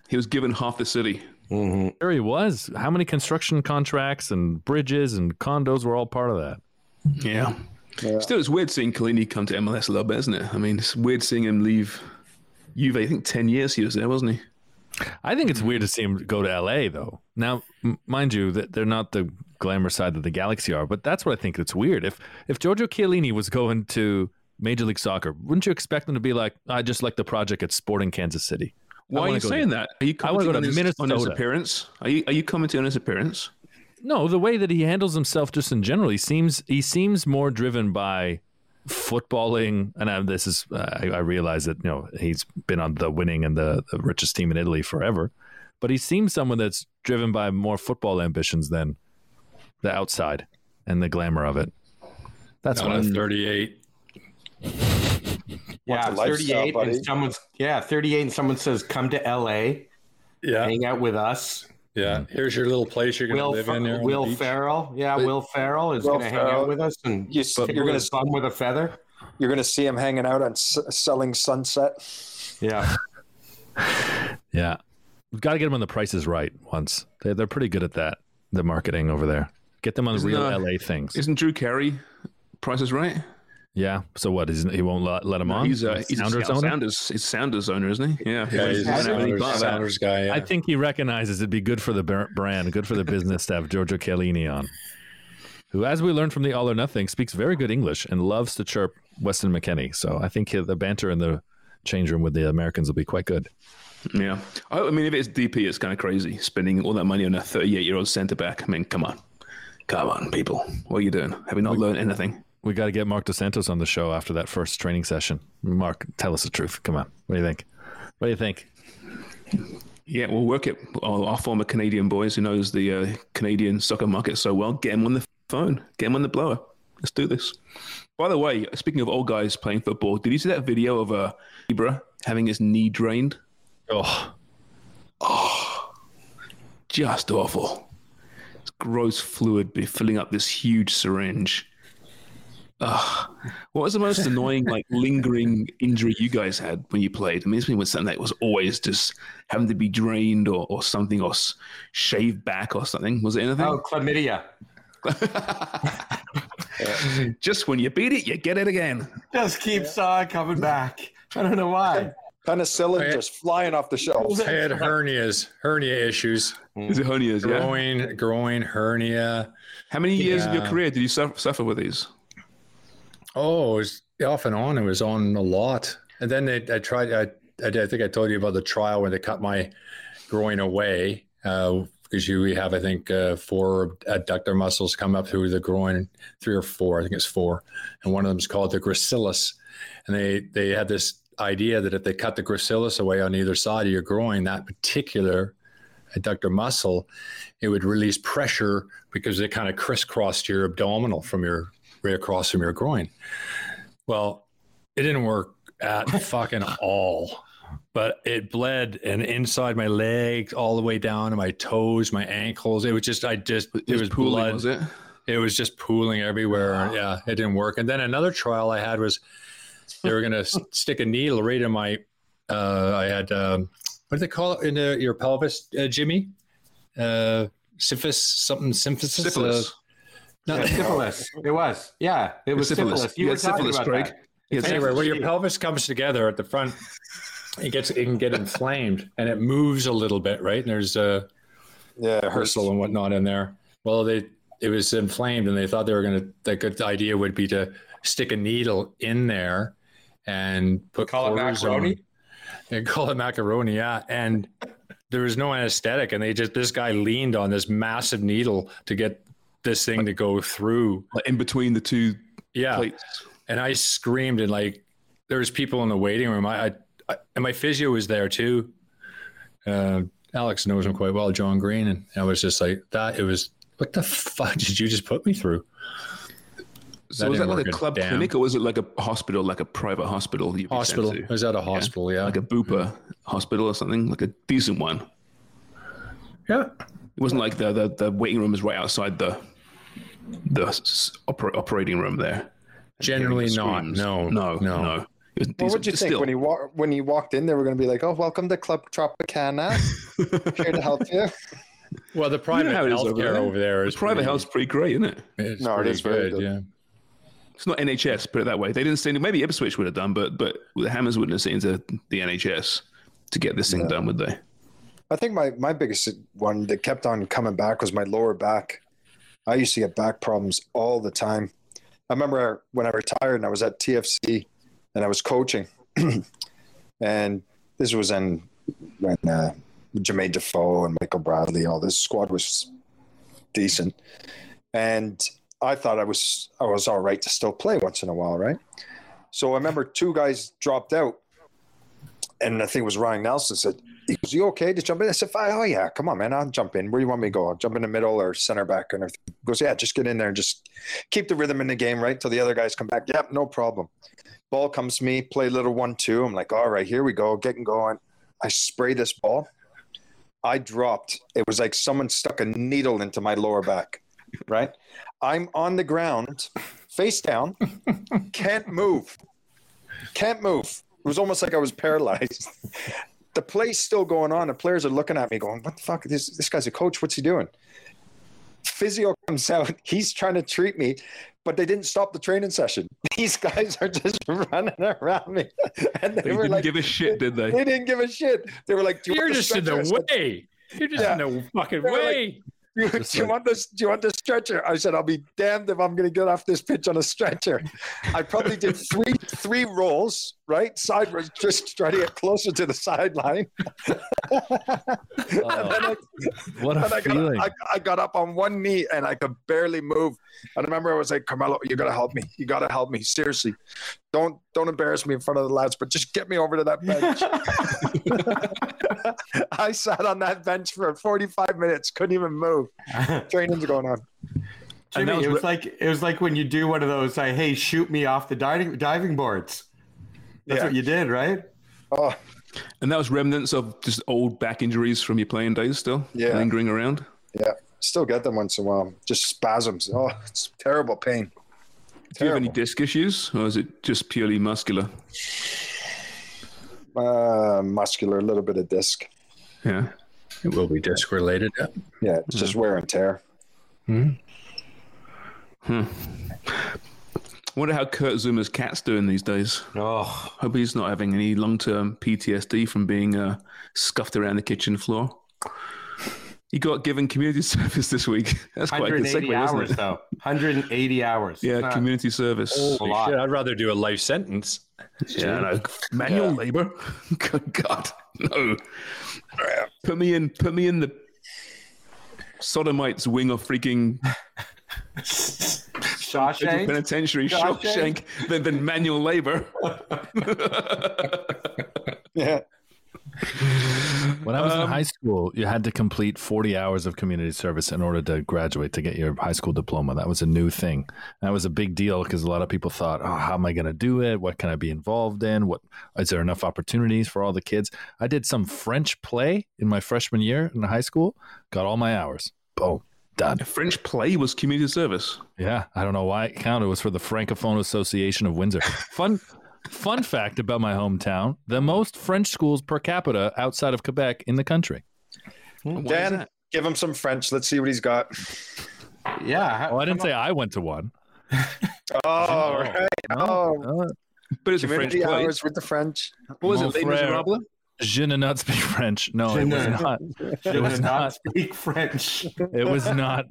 He was given half the city.
Sure, he was. How many construction contracts and bridges and condos were all part of that?
Yeah. Still, it's weird seeing Collini come to MLS a little bit, isn't it? I mean, it's weird seeing him leave Juve. I think 10 years he was there, wasn't he?
I think it's weird to see him go to LA though. Now, m- mind you, that they're not the glamour side that the Galaxy are, but that's what I think it's weird. If if Giorgio Chiellini was going to Major League Soccer, wouldn't you expect him to be like, I just like the project at Sporting Kansas City? I
Why are
wanna
you
go
saying that? Are you
I wanna
commenting
go
on
to
his, on his
Minnesota.
appearance? Are you, are you commenting on his appearance?
No, the way that he handles himself just in general, he seems he seems more driven by footballing. And I, this is uh, I, I realize that you know he's been on the winning and the, the richest team in Italy forever, but he seems someone that's driven by more football ambitions than the outside and the glamour of it. That's
Not
what
at
I'm.
38.
Yeah,
What's the lifestyle,
38
buddy?
and someone's yeah, 38 and someone says come to LA,
Yeah,
hang out with us.
yeah. Here's your little place you're going to
Will
live in there.
Fer-
on the
Will
beach.
Farrell. Yeah,
But-
Will Farrell is
Will
going to hang
Ferrell.
out with us and
You, s-
hit
you're
with
gonna
a thumb with a feather.
you're gonna see him hanging out on S- Selling Sunset.
Yeah.
Yeah, we've got to get them on the prices right once. They, they're pretty good at that. The marketing over there. Get them on
Isn't,
real
uh,
LA things.
Isn't Drew Carey prices right?
Yeah. So what? Isn't, he won't let, let them on.
He's a he's
Sounders
Sounders
owner?
Sounders. He's Sounders owner, isn't he? Yeah.
Yeah, he's a
Why not really
Sounders,
buy that?
Sounders guy. Yeah.
I think he recognizes it'd be good for the br- brand, good for the business to have Giorgio Chiellini on, who, as we learned from the All or Nothing, speaks very good English and loves to chirp Weston McKinney. So I think he- the banter in the change room with the Americans will be quite good.
Yeah. I, I mean, if it's DP, it's kind of crazy spending all that money on a 38 year old centre back. I mean, come on. Come on, people. What are you doing? Have you not learned anything?
We got to get Mark Dos Santos on the show after that first training session. Mark, tell us the truth. Come on. What do you think? What do you think?
Yeah, we'll work it. Our, our former Canadian boys who knows the uh, Canadian soccer market so well, get him on the phone, get him on the blower. Let's do this. By the way, speaking of old guys playing football, did you see that video of uh, Ibra having his knee drained?
Oh,
Just awful. It's gross fluid be filling up this huge syringe. Ugh. What was the most annoying, like lingering injury you guys had when you played? I mean, this thing was something that was always just having to be drained or, or something or s- shaved back or something. Was it anything?
Oh, chlamydia.
Just when you beat it, you get it again.
Just keeps on coming back. I don't know why.
Penicillin
yeah.
just flying off the shelves.
I had hernias, hernia issues,
Mm.
Is it hernias? Yeah.
groin, groin hernia.
How many years of your
Yeah.
career did you suffer, suffer with these?
Oh, it was off and on. It was on a lot. And then they, I tried, I, I, did- I think I told you about the trial where they cut my groin away because you we have, I think, uh, four adductor muscles come up through the groin, three or four, I think it's four. And one of them is called the gracilis. And they, they had this idea that if they cut the gracilis away on either side of your groin, that particular adductor muscle, it would release pressure because it kind of crisscrossed your abdominal from your right across from your groin. Well, it didn't work at fucking all. But it bled and inside my legs, all the way down to my toes, my ankles. It was just, I just, it, was,
pooling,
blood.
was it?
It was just pooling everywhere. Yeah, it didn't work. And then another trial I had was they were going to stick a needle right in my. Uh, I had um, what do they call it in the, your pelvis, uh, Jimmy? Uh, syphis, something symphysis. uh,
Syphilis.
no,
Yeah, syphilis. It was. Yeah, it was syphilis. You,
You
were
had syphilis,
talking about
Craig. You had
anyway,
syphilis.
where your pelvis comes together at the front, it gets it can get inflamed and it moves a little bit, right? And there's a
Yeah, it hurts.
rehearsal and whatnot in there. Well, they it was inflamed, and they thought they were gonna. The good idea would be to stick a needle in there and put
Call it
cortisone-
macaroni?
and call it macaroni, yeah. And there was no anesthetic, and they just this guy leaned on this massive needle to get this thing to go through.
Like in between the two
Yeah,
plates.
and I screamed and like there was people in the waiting room. I I, and my physio was there too. Uh, Alex knows him quite well, John Green, and I was just like that. It was what the fuck did you just put me through?
So was that
didn't
like
work
a club
damn.
clinic, or was it like a hospital, like a private hospital? You'd be sent
Hospital.
to?
I was at a hospital. Yeah.
like a booper hospital or something, like a decent one. It
yeah.
wasn't like the the, the waiting room is right outside the the s- s- oper- operating room there.
Generally not.
Screams.
No.
no, no.
No.
It was
What
decent,
would you
but
think
still,
when he wa- when he walked in? They were going to be like, "Oh, welcome to Club Tropicana. Here to help you."
Well, the private
how it is
healthcare
over
over
there.
there,
The
is
private
pretty-
health's pretty great, isn't it?
It's
No, it
pretty
is very good.
Yeah.
It's not NHS, put it that way. They didn't say maybe Ipswich would have done, but but the Hammers wouldn't have seen to the NHS to get this thing done, would they?
I think my my biggest one that kept on coming back was my lower back. I used to get back problems all the time. I remember when I retired and I was at TFC and I was coaching, and this was in when uh, Jermaine Defoe and Michael Bradley, all this squad was decent, and I thought I was I was all right to still play once in a while, right? So I remember two guys dropped out, and I think it was Ryan Nelson said, he goes, You okay to jump in? I said, Fine. Oh, yeah. Come on, man. I'll jump in. Where do you want me to go? I'll jump in the middle or center back and everything. He goes, Yeah, just get in there and just keep the rhythm in the game, right? Till the other guys come back. Yep, no problem. Ball comes to me, play little one, two. I'm like, All right, here we go. Getting going. I spray this ball. I dropped. It was like someone stuck a needle into my lower back, right? I'm on the ground, face down, can't move. Can't move. It was almost like I was paralyzed the play's still going on. The players are looking at me going, what the fuck? This, this guy's a coach. What's he doing? Physio comes out. He's trying to treat me, but they didn't stop the training session. These guys are just running around me. And they,
They
were
didn't
like,
give a shit, did they?
They didn't give a shit. They were like, do you
You're
want
just in
stretcher?" I said,
the way. You're just
Yeah.
in the fucking
They're like-
way.
do you, do you want this? Do you want this stretcher? I said, I'll be damned if I'm going to get off this pitch on a stretcher. I probably did three three rolls, right, sideways, just trying to get closer to the sideline. and then I,
What
and
a
I got,
feeling.
I, I got up on one knee and I could barely move. I remember I was like, Carmelo, you got to help me. You got to help me. Seriously, don't don't embarrass me in front of the lads, but just get me over to that bench. I sat on that bench for 45 minutes, couldn't even move. Training's going on.
And that
Jimmy,
was
it was
wh-
like it was like when you do one of those like, hey, shoot me off the diving diving boards. That's
Yeah.
what you did, right?
Oh,
And that was remnants of just old back injuries from your playing days, still
Yeah.
lingering around.
yeah. Still get them once in a while. Just spasms. Oh, it's terrible
Do
pain.
you have any
Terrible.
disc issues, or is it just purely muscular?
Uh, muscular, a little bit of disc.
Yeah.
It will be disc related.
Yeah, it's
Mm-hmm.
just wear and tear.
Wonder how Kurt Zuma's cat's doing these days.
Oh,
Hope he's not having any long-term PTSD from being uh, scuffed around the kitchen floor. He got given community service this week. That's quite a good
180
segue,
hours
isn't it?
though. 180 hours.
Yeah,
It's not-
community service.
a lot.
Shit, I'd rather do a life sentence.
Yeah, no. manual labor. Good God, no! Put me in, put me in the sodomites wing of freaking
Shawshank.
penitentiary, Shawshank,
Shawshank.
then, then manual labor.
Yeah.
When I was in high school, you had to complete 40 hours of community service in order to graduate to get your high school diploma. That was a new thing. That was a big deal because a lot of people thought, oh, how am I going to do it? What can I be involved in? What is there enough opportunities for all the kids? I did some French play in my freshman year in high school, got all my hours. Boom, done.
French play was community service.
Yeah, I don't know why it counted. It was for the Francophone Association of Windsor. Fun, fun fact about my hometown: the most French schools per capita outside of Quebec in the country.
Why is
Dan,
that?
give him some French. Let's see what he's got.
Yeah. how-
Oh, I didn't say I went to one.
Oh, right. Oh,
Uh,
but it's a French
community
play.
hours with the French.
What was
Mon
it, Les
frère.
Miserables?
je ne not speak French. No, it
Je
was
ne-
not.
you
was
did
not-
not speak French.
It was not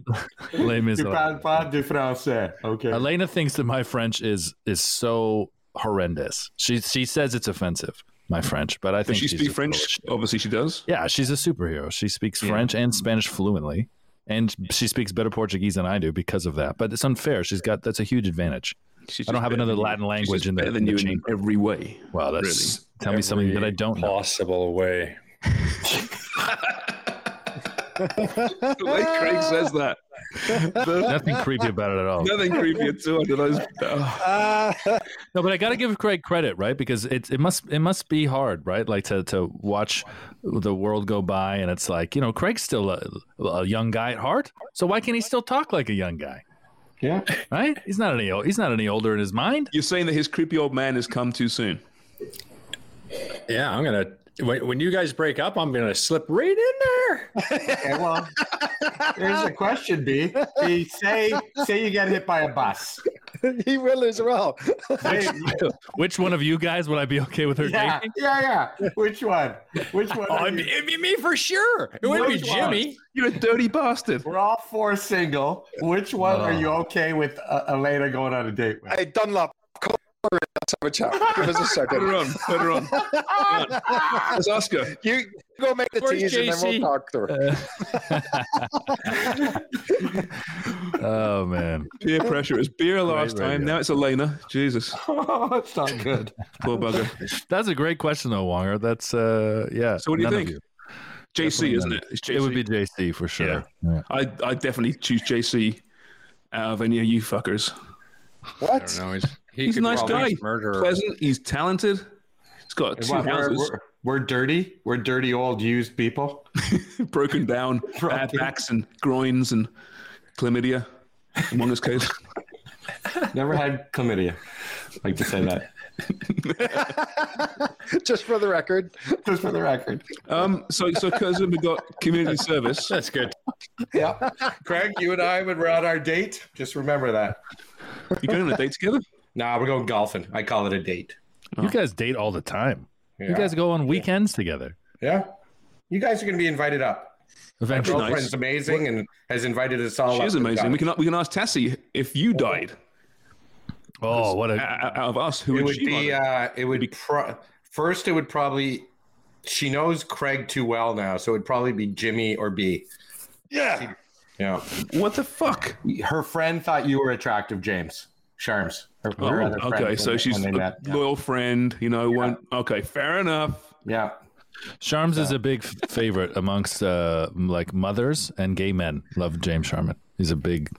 Les
Tu
Miserables.
parles pas du français. Okay.
Elena thinks that my French is is so horrendous. She she says it's offensive. My French, but I
Does
think
she
she's
speak
just
French? Oh. Obviously, she does.
Yeah, she's a superhero. She speaks French and Spanish fluently, and she speaks better Portuguese than I do because of that. But it's unfair. She's got that's a huge advantage.
She's
I don't
just
have
better
another
than you.
Latin
She's
language
just
in the-
better
in
than
the
you in
chamber.
every way.
Wow, that's Tell me something that I don't know.
Possible way.
the way Craig says that.
Nothing creepy about it at all.
Nothing creepy at all under those. Oh.
No, but I got to give Craig credit, right? Because it it must it must be hard, right? Like to to watch the world go by, and it's like you know, Craig's still a, a young guy at heart. So why can't he still talk like a young guy?
Yeah.
Right? He's not any o- he's not any older in his mind.
You're saying that his creepy old man has come too soon.
Yeah, I'm gonna. When, when you guys break up, I'm gonna slip right in there.
Okay, well, here's the question, B. B, say say you get hit by a bus.
he will as well.
Say-
Which one of you guys would I be okay with her
yeah,
dating?
yeah, yeah. Which one? Which
Oh,
one? are
it'd,
you-
be, it'd be me for sure. It wouldn't be
Which one?
Jimmy.
You're a dirty bastard.
We're all four single. Which one are you
Oh.
okay with uh, Elena going on a date with?
Hey, Dunlop, call her and let's have a chat. Give us a
Put her
second.
on. Put her on. It's Oscar.
You go make the
Where's
teas and then
JC?
we'll talk to her.
Oh man.
Peer pressure. It was beer last
Great radio.
time. Now it's Elena. Jesus.
That's not good.
Poor bugger.
That's a great question though, Wonger. That's uh yeah.
So what do you
none of
think? JC,
Definitely
isn't
none.
it? It's JC.
It would be JC for sure.
Yeah.
Yeah.
I I definitely choose JC out of any of you fuckers.
What?
No, he's, he
He's a
could
nice
probably
guy.
be a Murderer.
Pleasant. He's talented. He's got two
What, we're,
houses,
we're, we're dirty. We're dirty old used people.
broken down, bad backs and groins and chlamydia. Among his case,
Never had chlamydia. Like to say that.
Just for the record,
Just for the record.
um, so so cousin, we got community service.
That's good.
Yeah.
Craig, you and I, when we're on our date,
Just remember that.
You going on a date together?
nah, we're going golfing. I call it a date.
Oh.
You guys date all the time. You
Yeah.
guys go on weekends together.
Yeah. You guys are going to be invited up.
Eventually.
Girlfriend's amazing and has invited us all.
She
up.
is amazing. We can we can ask Tassie if you died
Oh, what a
out out of us, who
It
would,
would
she
be.
rather?
Uh, it would pro- first. It would probably. She knows Craig too well now, so it would probably be Jimmy or B.
yeah.
Yeah.
what the fuck?
Her friend thought you were attractive, James. Charms. Her,
Oh,
her other friend
okay. So
when-
she's
when they
a
met. Yeah.
loyal friend, you know. One okay, fair enough.
yeah.
Sharms is a big f- favorite amongst uh, m- like mothers and gay men. Love James Sharman. He's a big,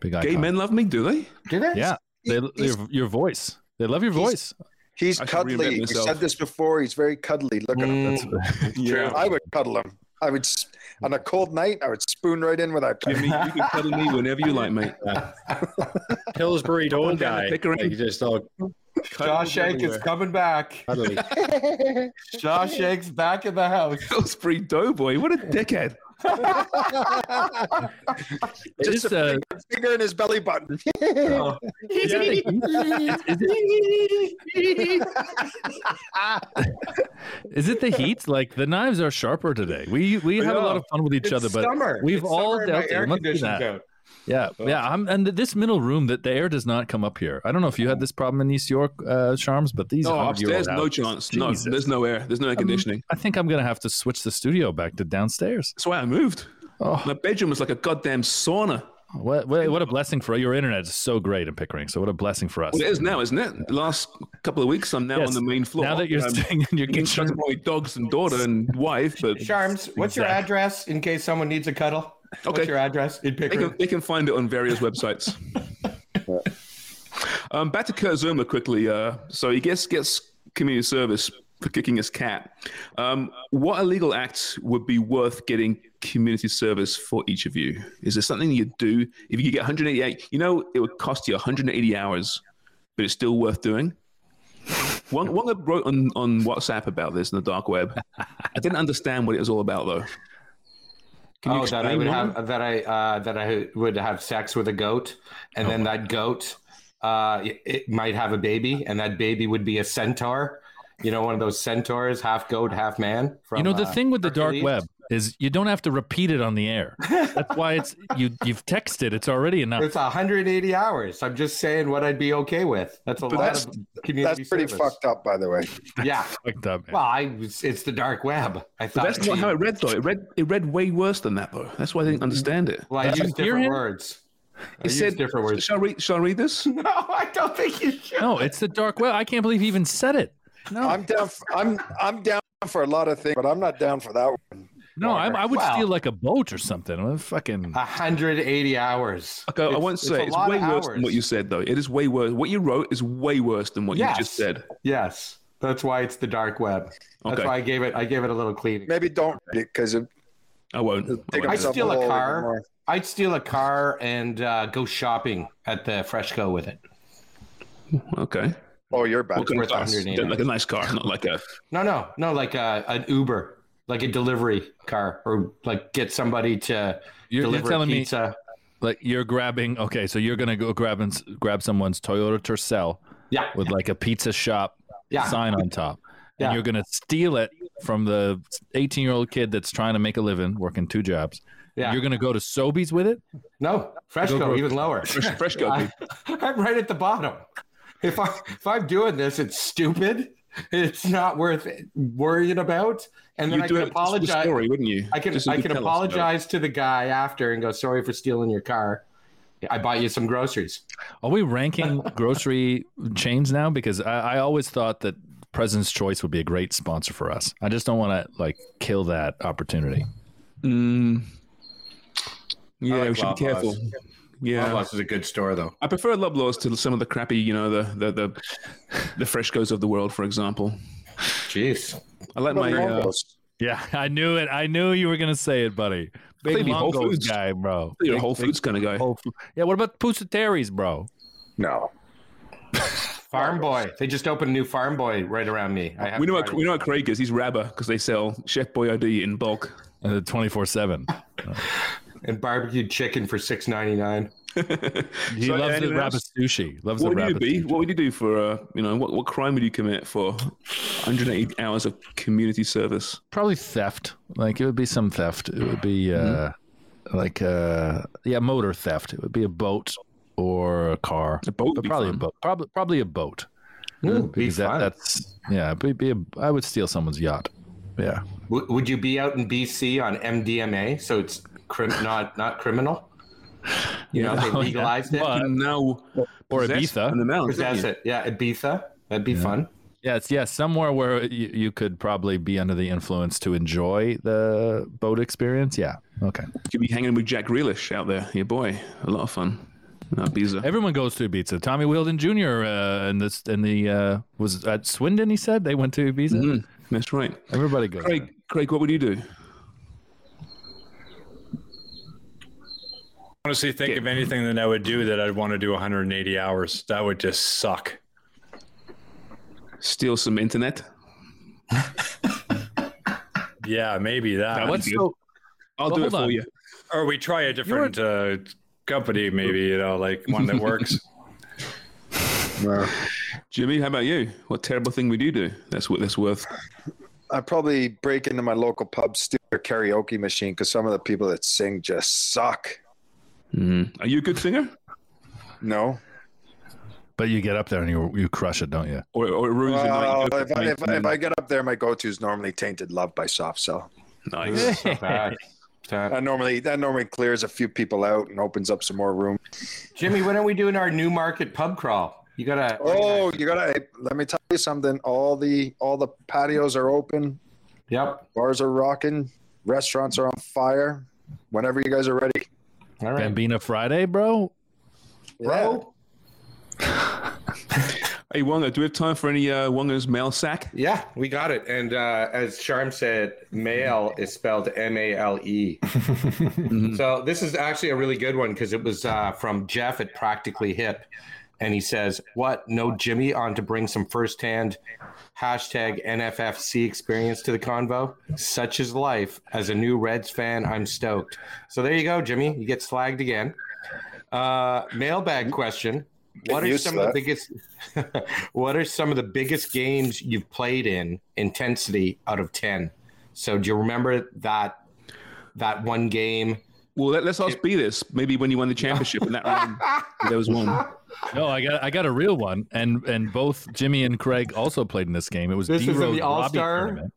big icon.
Gay men love me, do they?
Do they?
yeah, they, your, your voice. They love your voice.
He's
I should
cuddly.
reinvent
You
myself.
said this before. He's very cuddly. Look at him.
Mm.
Yeah.
I would cuddle him. I would, s- on a cold night, I would spoon right in without.
Jimmy, you can cuddle me whenever you like, mate.
Pillsbury old
down the
guy.
Pickering.
Like, he just all
Josh Shank is coming back.
cuddly.
Josh Shank's back in the house.
Pillsbury Doughboy, what a dickhead!
It is, uh,
Finger in his belly button.
is it the heat? Is it- is it the heat? Like the knives are sharper today. We we have a lot of fun with each
It's
other, but
summer.
we've
It's
all
summer and my
dealt it.
air
It must be
conditioning's
that.
out.
Yeah, yeah. I'm, and this middle room that the air does not come up here. I don't know if you had this problem in East York, uh, Charms, but these
No,
100 year old
upstairs, no
houses-
chance. No,
Jesus. Um,
there's no air. There's no air conditioning.
I think I'm gonna have to switch the studio back to downstairs.
That's why I moved.
Oh.
My bedroom was like a goddamn sauna.
What, what, what a blessing for your internet is so great in Pickering. So what a blessing for us.
Well, it is now, isn't it? The last couple of weeks, I'm now
Yes.
on the main floor. um,
Now that you're
I'm
staying in your
in charge
kitchen,
of my dogs and daughter and wife, but
Charms, what's your address in case someone needs a cuddle?
Okay.
What's your address in
They
Pickering?
can, they can find it on various websites. um, back to Kurt Zuma quickly. Uh, so he gets gets community service for kicking his cat. Um, what illegal acts would be worth getting community service for each of you? Is there something you do if you could get 188? You know, it would cost you 180 hours, but it's still worth doing. One, one guy wrote on, on WhatsApp about this in the dark web. I didn't understand what it was all about though. Can you
oh, that I
explain
would
why?
have that I uh, that I would have sex with a goat, and then that goat uh, it- it might have a baby, and that baby would be a centaur. You know, one of those centaurs, half goat, half man. From,
you know the
uh,
thing with the dark
Hercules.
web is you don't have to repeat it on the air. That's why it's you. You've texted. It's already enough.
It's 180 hours. I'm just saying what I'd be okay with. That's a lot
that's-
of community.
That's pretty
service.
fucked up, by the way.
Yeah.
Fucked up, man.
Well, I it's, it's the dark web. I thought
That's not how it read though. It read it read way worse than that though. That's why I didn't understand it.
Well, I
Did you
use
hear
different
him?
words. I
It
use
said
different words.
Shall I read? Shall I read this?
No, I don't think you should.
no, it's the dark web. I can't believe he even said it.
No, I'm down. For, I'm I'm down for a lot of things, but I'm not down for that one.
No, I, I would
Wow.
steal like a boat or something. I'm fucking
180 hours.
Okay, I
It's-
won't
it's
say
a
it's
lot
way
of
worse than what you said, though. It is way worse. What you wrote is way worse than what
Yes.
you just said.
Yes, that's why it's the dark web. That's
Okay.
why I gave it. I gave it a little cleaning.
Maybe don't because it.
I won't.
Dig
I'd
myself
steal
hole
a
even
car.
more.
I'd steal a car and uh, go shopping at the Freshco with it.
Okay.
Oh, you're back.
What kind of
Worth
car?
180.
Like a nice car, not like a.
No, no, no, like a, an Uber, like a delivery car, or like get somebody to
You're- you're
deliver
telling me-
pizza.
like you're grabbing. Okay, so you're gonna go grab and grab someone's Toyota Tercel.
Yeah.
With like a pizza shop
Yeah.
sign on top,
Yeah.
and you're gonna steal it from the 18 year old kid that's trying to make a living working two jobs.
Yeah.
You're gonna go to Sobeys with it.
No,
Go,
Freshco,
go.
even lower.
Fresh, fresh go.
I, I'm right at the bottom. If I if I'm doing this, it's stupid. It's not worth worrying about. And then
You'd
I
do
can
it just with
apologize.
story, wouldn't you?
I can
Just so
I
you
can
could tell us about it.
apologize to the guy after and go sorry for stealing your car. I bought you some groceries.
Are we ranking grocery chains now? Because I, I always thought that President's Choice would be a great sponsor for us. I just don't want to like kill that opportunity.
Mm. Yeah,
like
we should be
Loblaws.
careful. Yeah,
Loblaws is a good store though.
I prefer Loblaws to some of the crappy, you know, the the the, the Freshcos of the world, for example.
Jeez,
I like my. Uh,
Yeah, I knew it. I knew you were gonna say it, buddy. Big
Clearly Whole
Longo's
Foods.
guy, bro.
you're a
Big-
Whole
big
Foods kind of guy.
Whole Fo- Yeah, what about Pusateri's, bro?
No.
farm boy. They just opened a new farm boy right around me. I haven't
We know what
tried
we
it.
know what Craig is. He's Rabba because they sell Chef Boyardee in bulk.
And the twenty four Uh, seven.
and barbecued chicken for six ninety nine.
He
So, yeah,
loves the
anyone else?
rabbit sushi. Loves
What
the
would you
rabbit.
be? What would you do for uh, you know, what, what crime would you commit for 180 hours of community service?
Probably theft. Like it would be some theft. It would be uh,
Mm-hmm.
like uh, yeah, motor theft. It would be a boat or a car. A
boat would
but
be
probably
fun.
a boat. Probably probably a boat.
Mm,
because that, that's yeah. it'd Be, be a, I would steal someone's yacht. Yeah.
W- would you be out in BC on MDMA? So it's crim- not not criminal. You know, they
Oh, yeah.
legalized it.
But-
And now
Or
possess
Ibiza.
an amount,
Possess
couldn't
it. Yeah, Ibiza. That'd be fun.
Yeah, it's yeah, somewhere where you, you could probably be under the influence to enjoy the boat experience. Yeah. Okay.
you? You'd be hanging with Jack Grealish out there, your boy. A lot of fun. in Ibiza.
Everyone goes to Ibiza. Tommy Wilden Jr. Uh, and this and the uh, was at Swindon. He said they went to Ibiza.
That's right.
Everybody goes.
Craig, Craig, what would you do?
Honestly, think of anything that I would do that I'd want to do 180 hours. That would just suck.
Steal some internet?
Yeah, maybe that.
What's so?
I'll
Well,
do
hold
it for
on.
you.
or we try a different uh, company, maybe you know, like one that works.
Jimmy, how about you? What terrible thing would you do? That's what that's worth.
I probably break into my local pub, steal their karaoke machine because some of the people that sing just suck.
Mm-hmm.
Are you a good singer?
No.
But you get up there and you you crush it, don't you?
Or, or it ruins your night?
Uh,
You go
if,
for
I,
drinks
if, I-
and
if
then-
I get up there, my go-to is normally "Tainted Love" by Soft Cell.
nice.
Not bad. That-
That normally that normally clears a few people out and opens up some more room.
Jimmy, when are we doing our new market pub crawl? You gotta.
Oh, you gotta hey, let me tell you something. All the all the patios are open,
Yep.
bars are rocking, restaurants are on fire. Whenever you guys are ready,
All right.
Bambina Friday, bro.
bro.
Hey Wonga, do we have time for any uh, Wonga's mail sack?
Yeah, we got it. And uh, as Charm said, male is spelled M A L E.
Mm-hmm.
So this is actually a really good one because it was uh, from Jeff at Practically Hip. And he says, What? No Jimmy on to bring some firsthand hashtag NFFC experience to the convo? Such is life. As a new Reds fan, I'm stoked. So there you go, Jimmy. You get slagged again. Uh, mailbag question. What are
used
some
to that.
of the biggest what are some of the biggest games you've played in intensity out of 10? So do you remember that that one game?
Well, let, let's ask B this. Maybe when you won the championship in that round, there was one.
No, I got I got a real one, and and both Jimmy and Craig also played in this game. It was
This is
D
in the
Rose Robbie
All-Star?
tournament.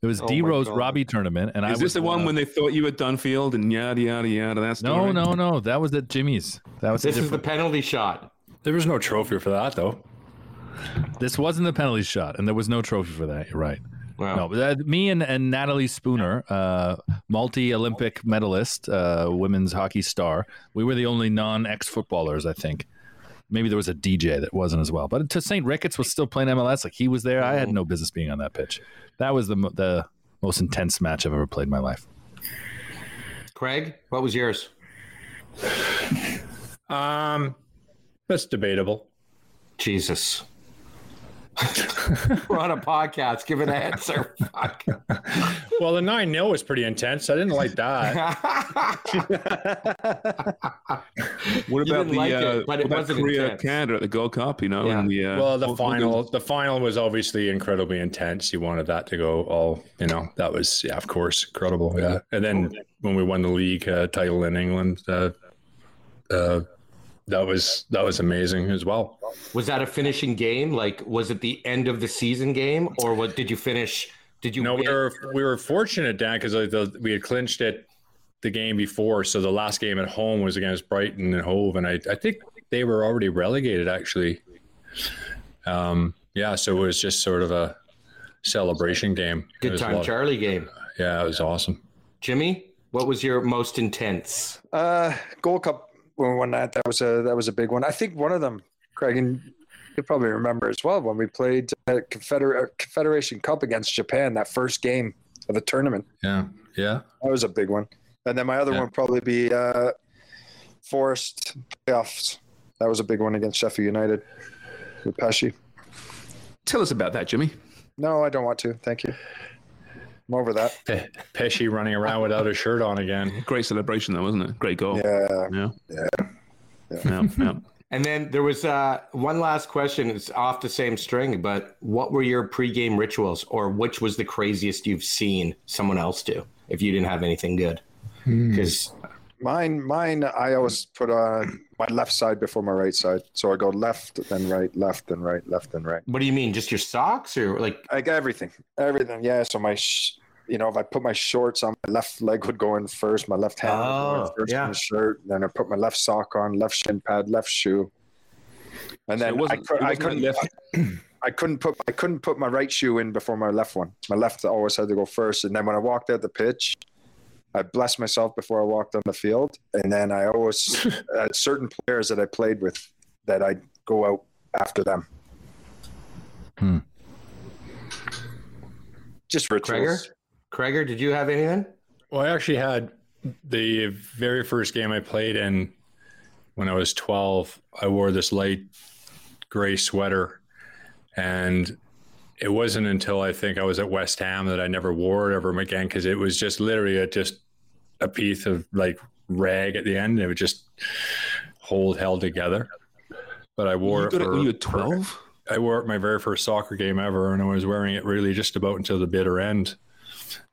It was
Oh
D
my
Rose
God.
Robbie tournament, and I
Is this
was
the one
of-
when they thought you were Dunfield and yada yada yada? That's
No, no, no. That was at Jimmy's. That was a
This is the
different.
penalty shot.
There was no trophy for that though.
This wasn't the penalty shot, and there was no trophy for that. You're right. Wow. No, but that, me and, and Natalie Spooner, uh, multi Olympic medalist, uh, women's hockey star, we were the only non ex footballers, I think. Maybe there was a DJ that wasn't as well, but to St. Ricketts was still playing MLS. Like he was there. I had no business being on that pitch. That was the mo- the most intense match I've ever played in my life.
Craig, what was yours?
Um, that's debatable.
Jesus. We're on a podcast. Give an answer. Fuck.
Well, the 9 0 was pretty intense. I didn't like that.
What
You
about
didn't
the
like
uh,
it, but
what
it
about
wasn't
Korea
intense.
Canada at the Gold Cup? You know, and the uh,
well, the
what- what
final,
goes-
the final was obviously incredibly intense. You wanted that to go all, you know, that was, yeah, of course, incredible. Yeah. And then when we won the league uh, title in England, uh, uh, that was, that was amazing as well.
Was that a finishing game? Like, was it the end of the season game, or what? Did you finish? Did you?
No, we were we were fortunate, Dan, because we had clinched it the game before. So the last game at home was against Brighton and Hove, and I, I think they were already relegated actually. Um, yeah, so it was just sort of a celebration game. It
Good
was a
time,
lot-
Charlie game.
Yeah, it was awesome.
Jimmy, what was your most intense?
Uh, Gold Cup when we won that. That was a that was a big one. I think one of them, Craig, and you probably remember as well when we played at Confeder- Confederation Cup against Japan. That first game of the tournament.
Yeah, yeah.
That was a big one. And then my other
Yeah.
one would probably be uh, Forest playoffs. That was a big one against Sheffield United with Pesci.
Tell us about that, Jimmy.
No, I don't want to. Thank you. I'm over that.
Pe- Pesci running around without a shirt on again.
Great celebration, though, wasn't it? Great goal.
Yeah.
Yeah.
Yeah.
Yeah. yeah.
And then there was uh, one last question. It's off the same string, but what were your pregame rituals, or which was the craziest you've seen someone else do if you didn't have anything good? Because
Mine, mine. I always put on my left side before my right side, so I go left, then right, left, then right, left, then right.
what do you mean? Just your socks, or like?
Like everything, everything. Yeah. So my, sh- you know, if I put my shorts on, my left leg would go in first, my left hand would go in
Oh,
first
yeah.
in the shirt. Then I put my left sock on, left shin pad, left shoe, and
So it
then I,
wasn't-
could,
it
I
wasn't
couldn't.
left-
I couldn't put I couldn't put my right shoe in before my left one. My left always had to go first, and then when I walked out the pitch, I blessed myself before I walked on the field, and then I always had certain players that I played with that I would go out after them.
Hmm.
Just
Craigor,
rituals.
Craigor, did you have anything?
Well, I actually had the very first game I played in when I was 12. I wore this light gray sweater, and it wasn't until I think I was at West Ham that I never wore it ever again because it was just literally a, just a piece of like rag at the end. It would just hold held together. But I wore
You
it
got it
for
when you were 12?
I wore it my very first soccer game ever, and I was wearing it really just about until the bitter end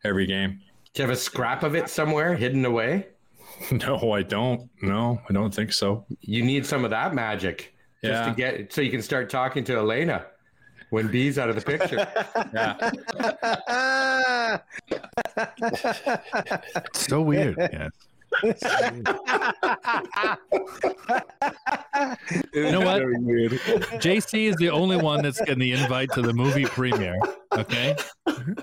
every game.
Do you have a scrap of it somewhere hidden away?
No, I don't. No, I don't think so.
You need some of that magic just
Yeah.
to get so you can start talking to Elena when B's out of the picture.
Yeah.
It's so weird. Yeah. You know what? JC is the only one that's getting the invite to the movie premiere. Okay.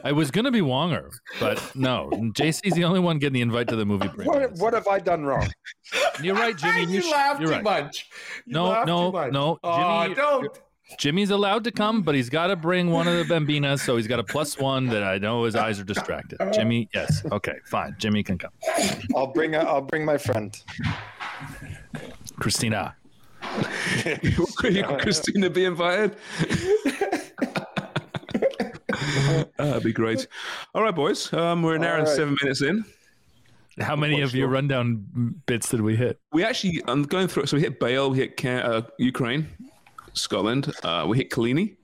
I was going to be Wonger, but no. JC's the only one getting the invite to the movie premiere.
What, what have I done wrong?
You're right, Jimmy.
you,
sh-
laugh too
you're right.
much. You
No,
laugh
no,
too much.
no,
Oh,
Jimmy,
don't.
Jimmy's allowed to come, but he's got to bring one of the Bambinas. So he's got a plus one that I know his eyes are distracted. Jimmy, yes. Okay, fine. Jimmy can come.
I'll bring a, I'll bring my friend.
Christina.
Christina be invited. Ah, That'd be great. All right, boys. Um, we're an hour and
All right.
seven minutes in.
How many of your rundown bits did we hit?
We actually, I'm going through it. So we hit Bale, we hit Ca- uh, Ukraine, Scotland. Uh, we hit Kalini.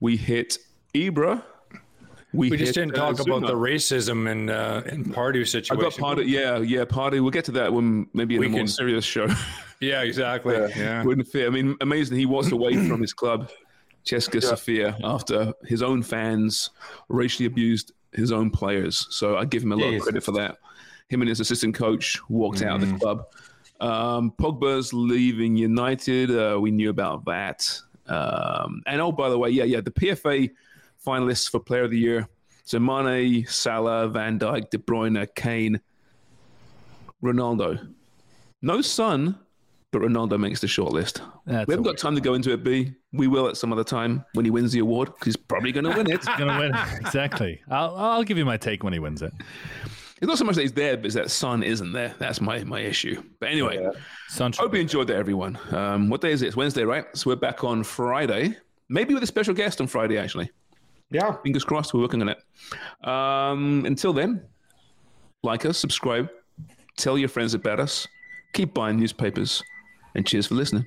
We hit Ibra. We,
We just
hit,
didn't
uh,
talk about
Zuma.
the racism and uh, and Pardew
I
situation.
got party. Yeah, yeah, party. We'll get to that when maybe in
We
a more
can-
serious show.
Yeah, exactly. Yeah.
Wouldn't fit. I mean, amazing. He walked away from his club, Cheska Sofia, after his own fans racially abused his own players. So I give him a lot of
Jeez.
credit for that. Him and his assistant coach walked out of the club. Um, Pogba's leaving United. Uh, we knew about that. Um, and oh, by the way, yeah, yeah, the PFA finalists for Player of the Year. So Mane, Salah, Van Dijk, De Bruyne, Kane, Ronaldo. No Son, but Ronaldo makes the shortlist.
That's
we haven't
a
got time to go into it, B. We will at some other time when he wins the award because he's probably going to win it.
He's gonna win it. Exactly. I'll, I'll give you my take when he wins it.
It's not so much that he's there, but it's that Son isn't there. That's my my issue. But anyway, hope you enjoyed that, everyone. Um, what day is it? It's Wednesday, right? So we're back on Friday, maybe with a special guest on Friday, actually.
Yeah.
Fingers crossed. We're working on it. Um, until then, like us, subscribe, tell your friends about us, keep buying newspapers, and cheers for listening.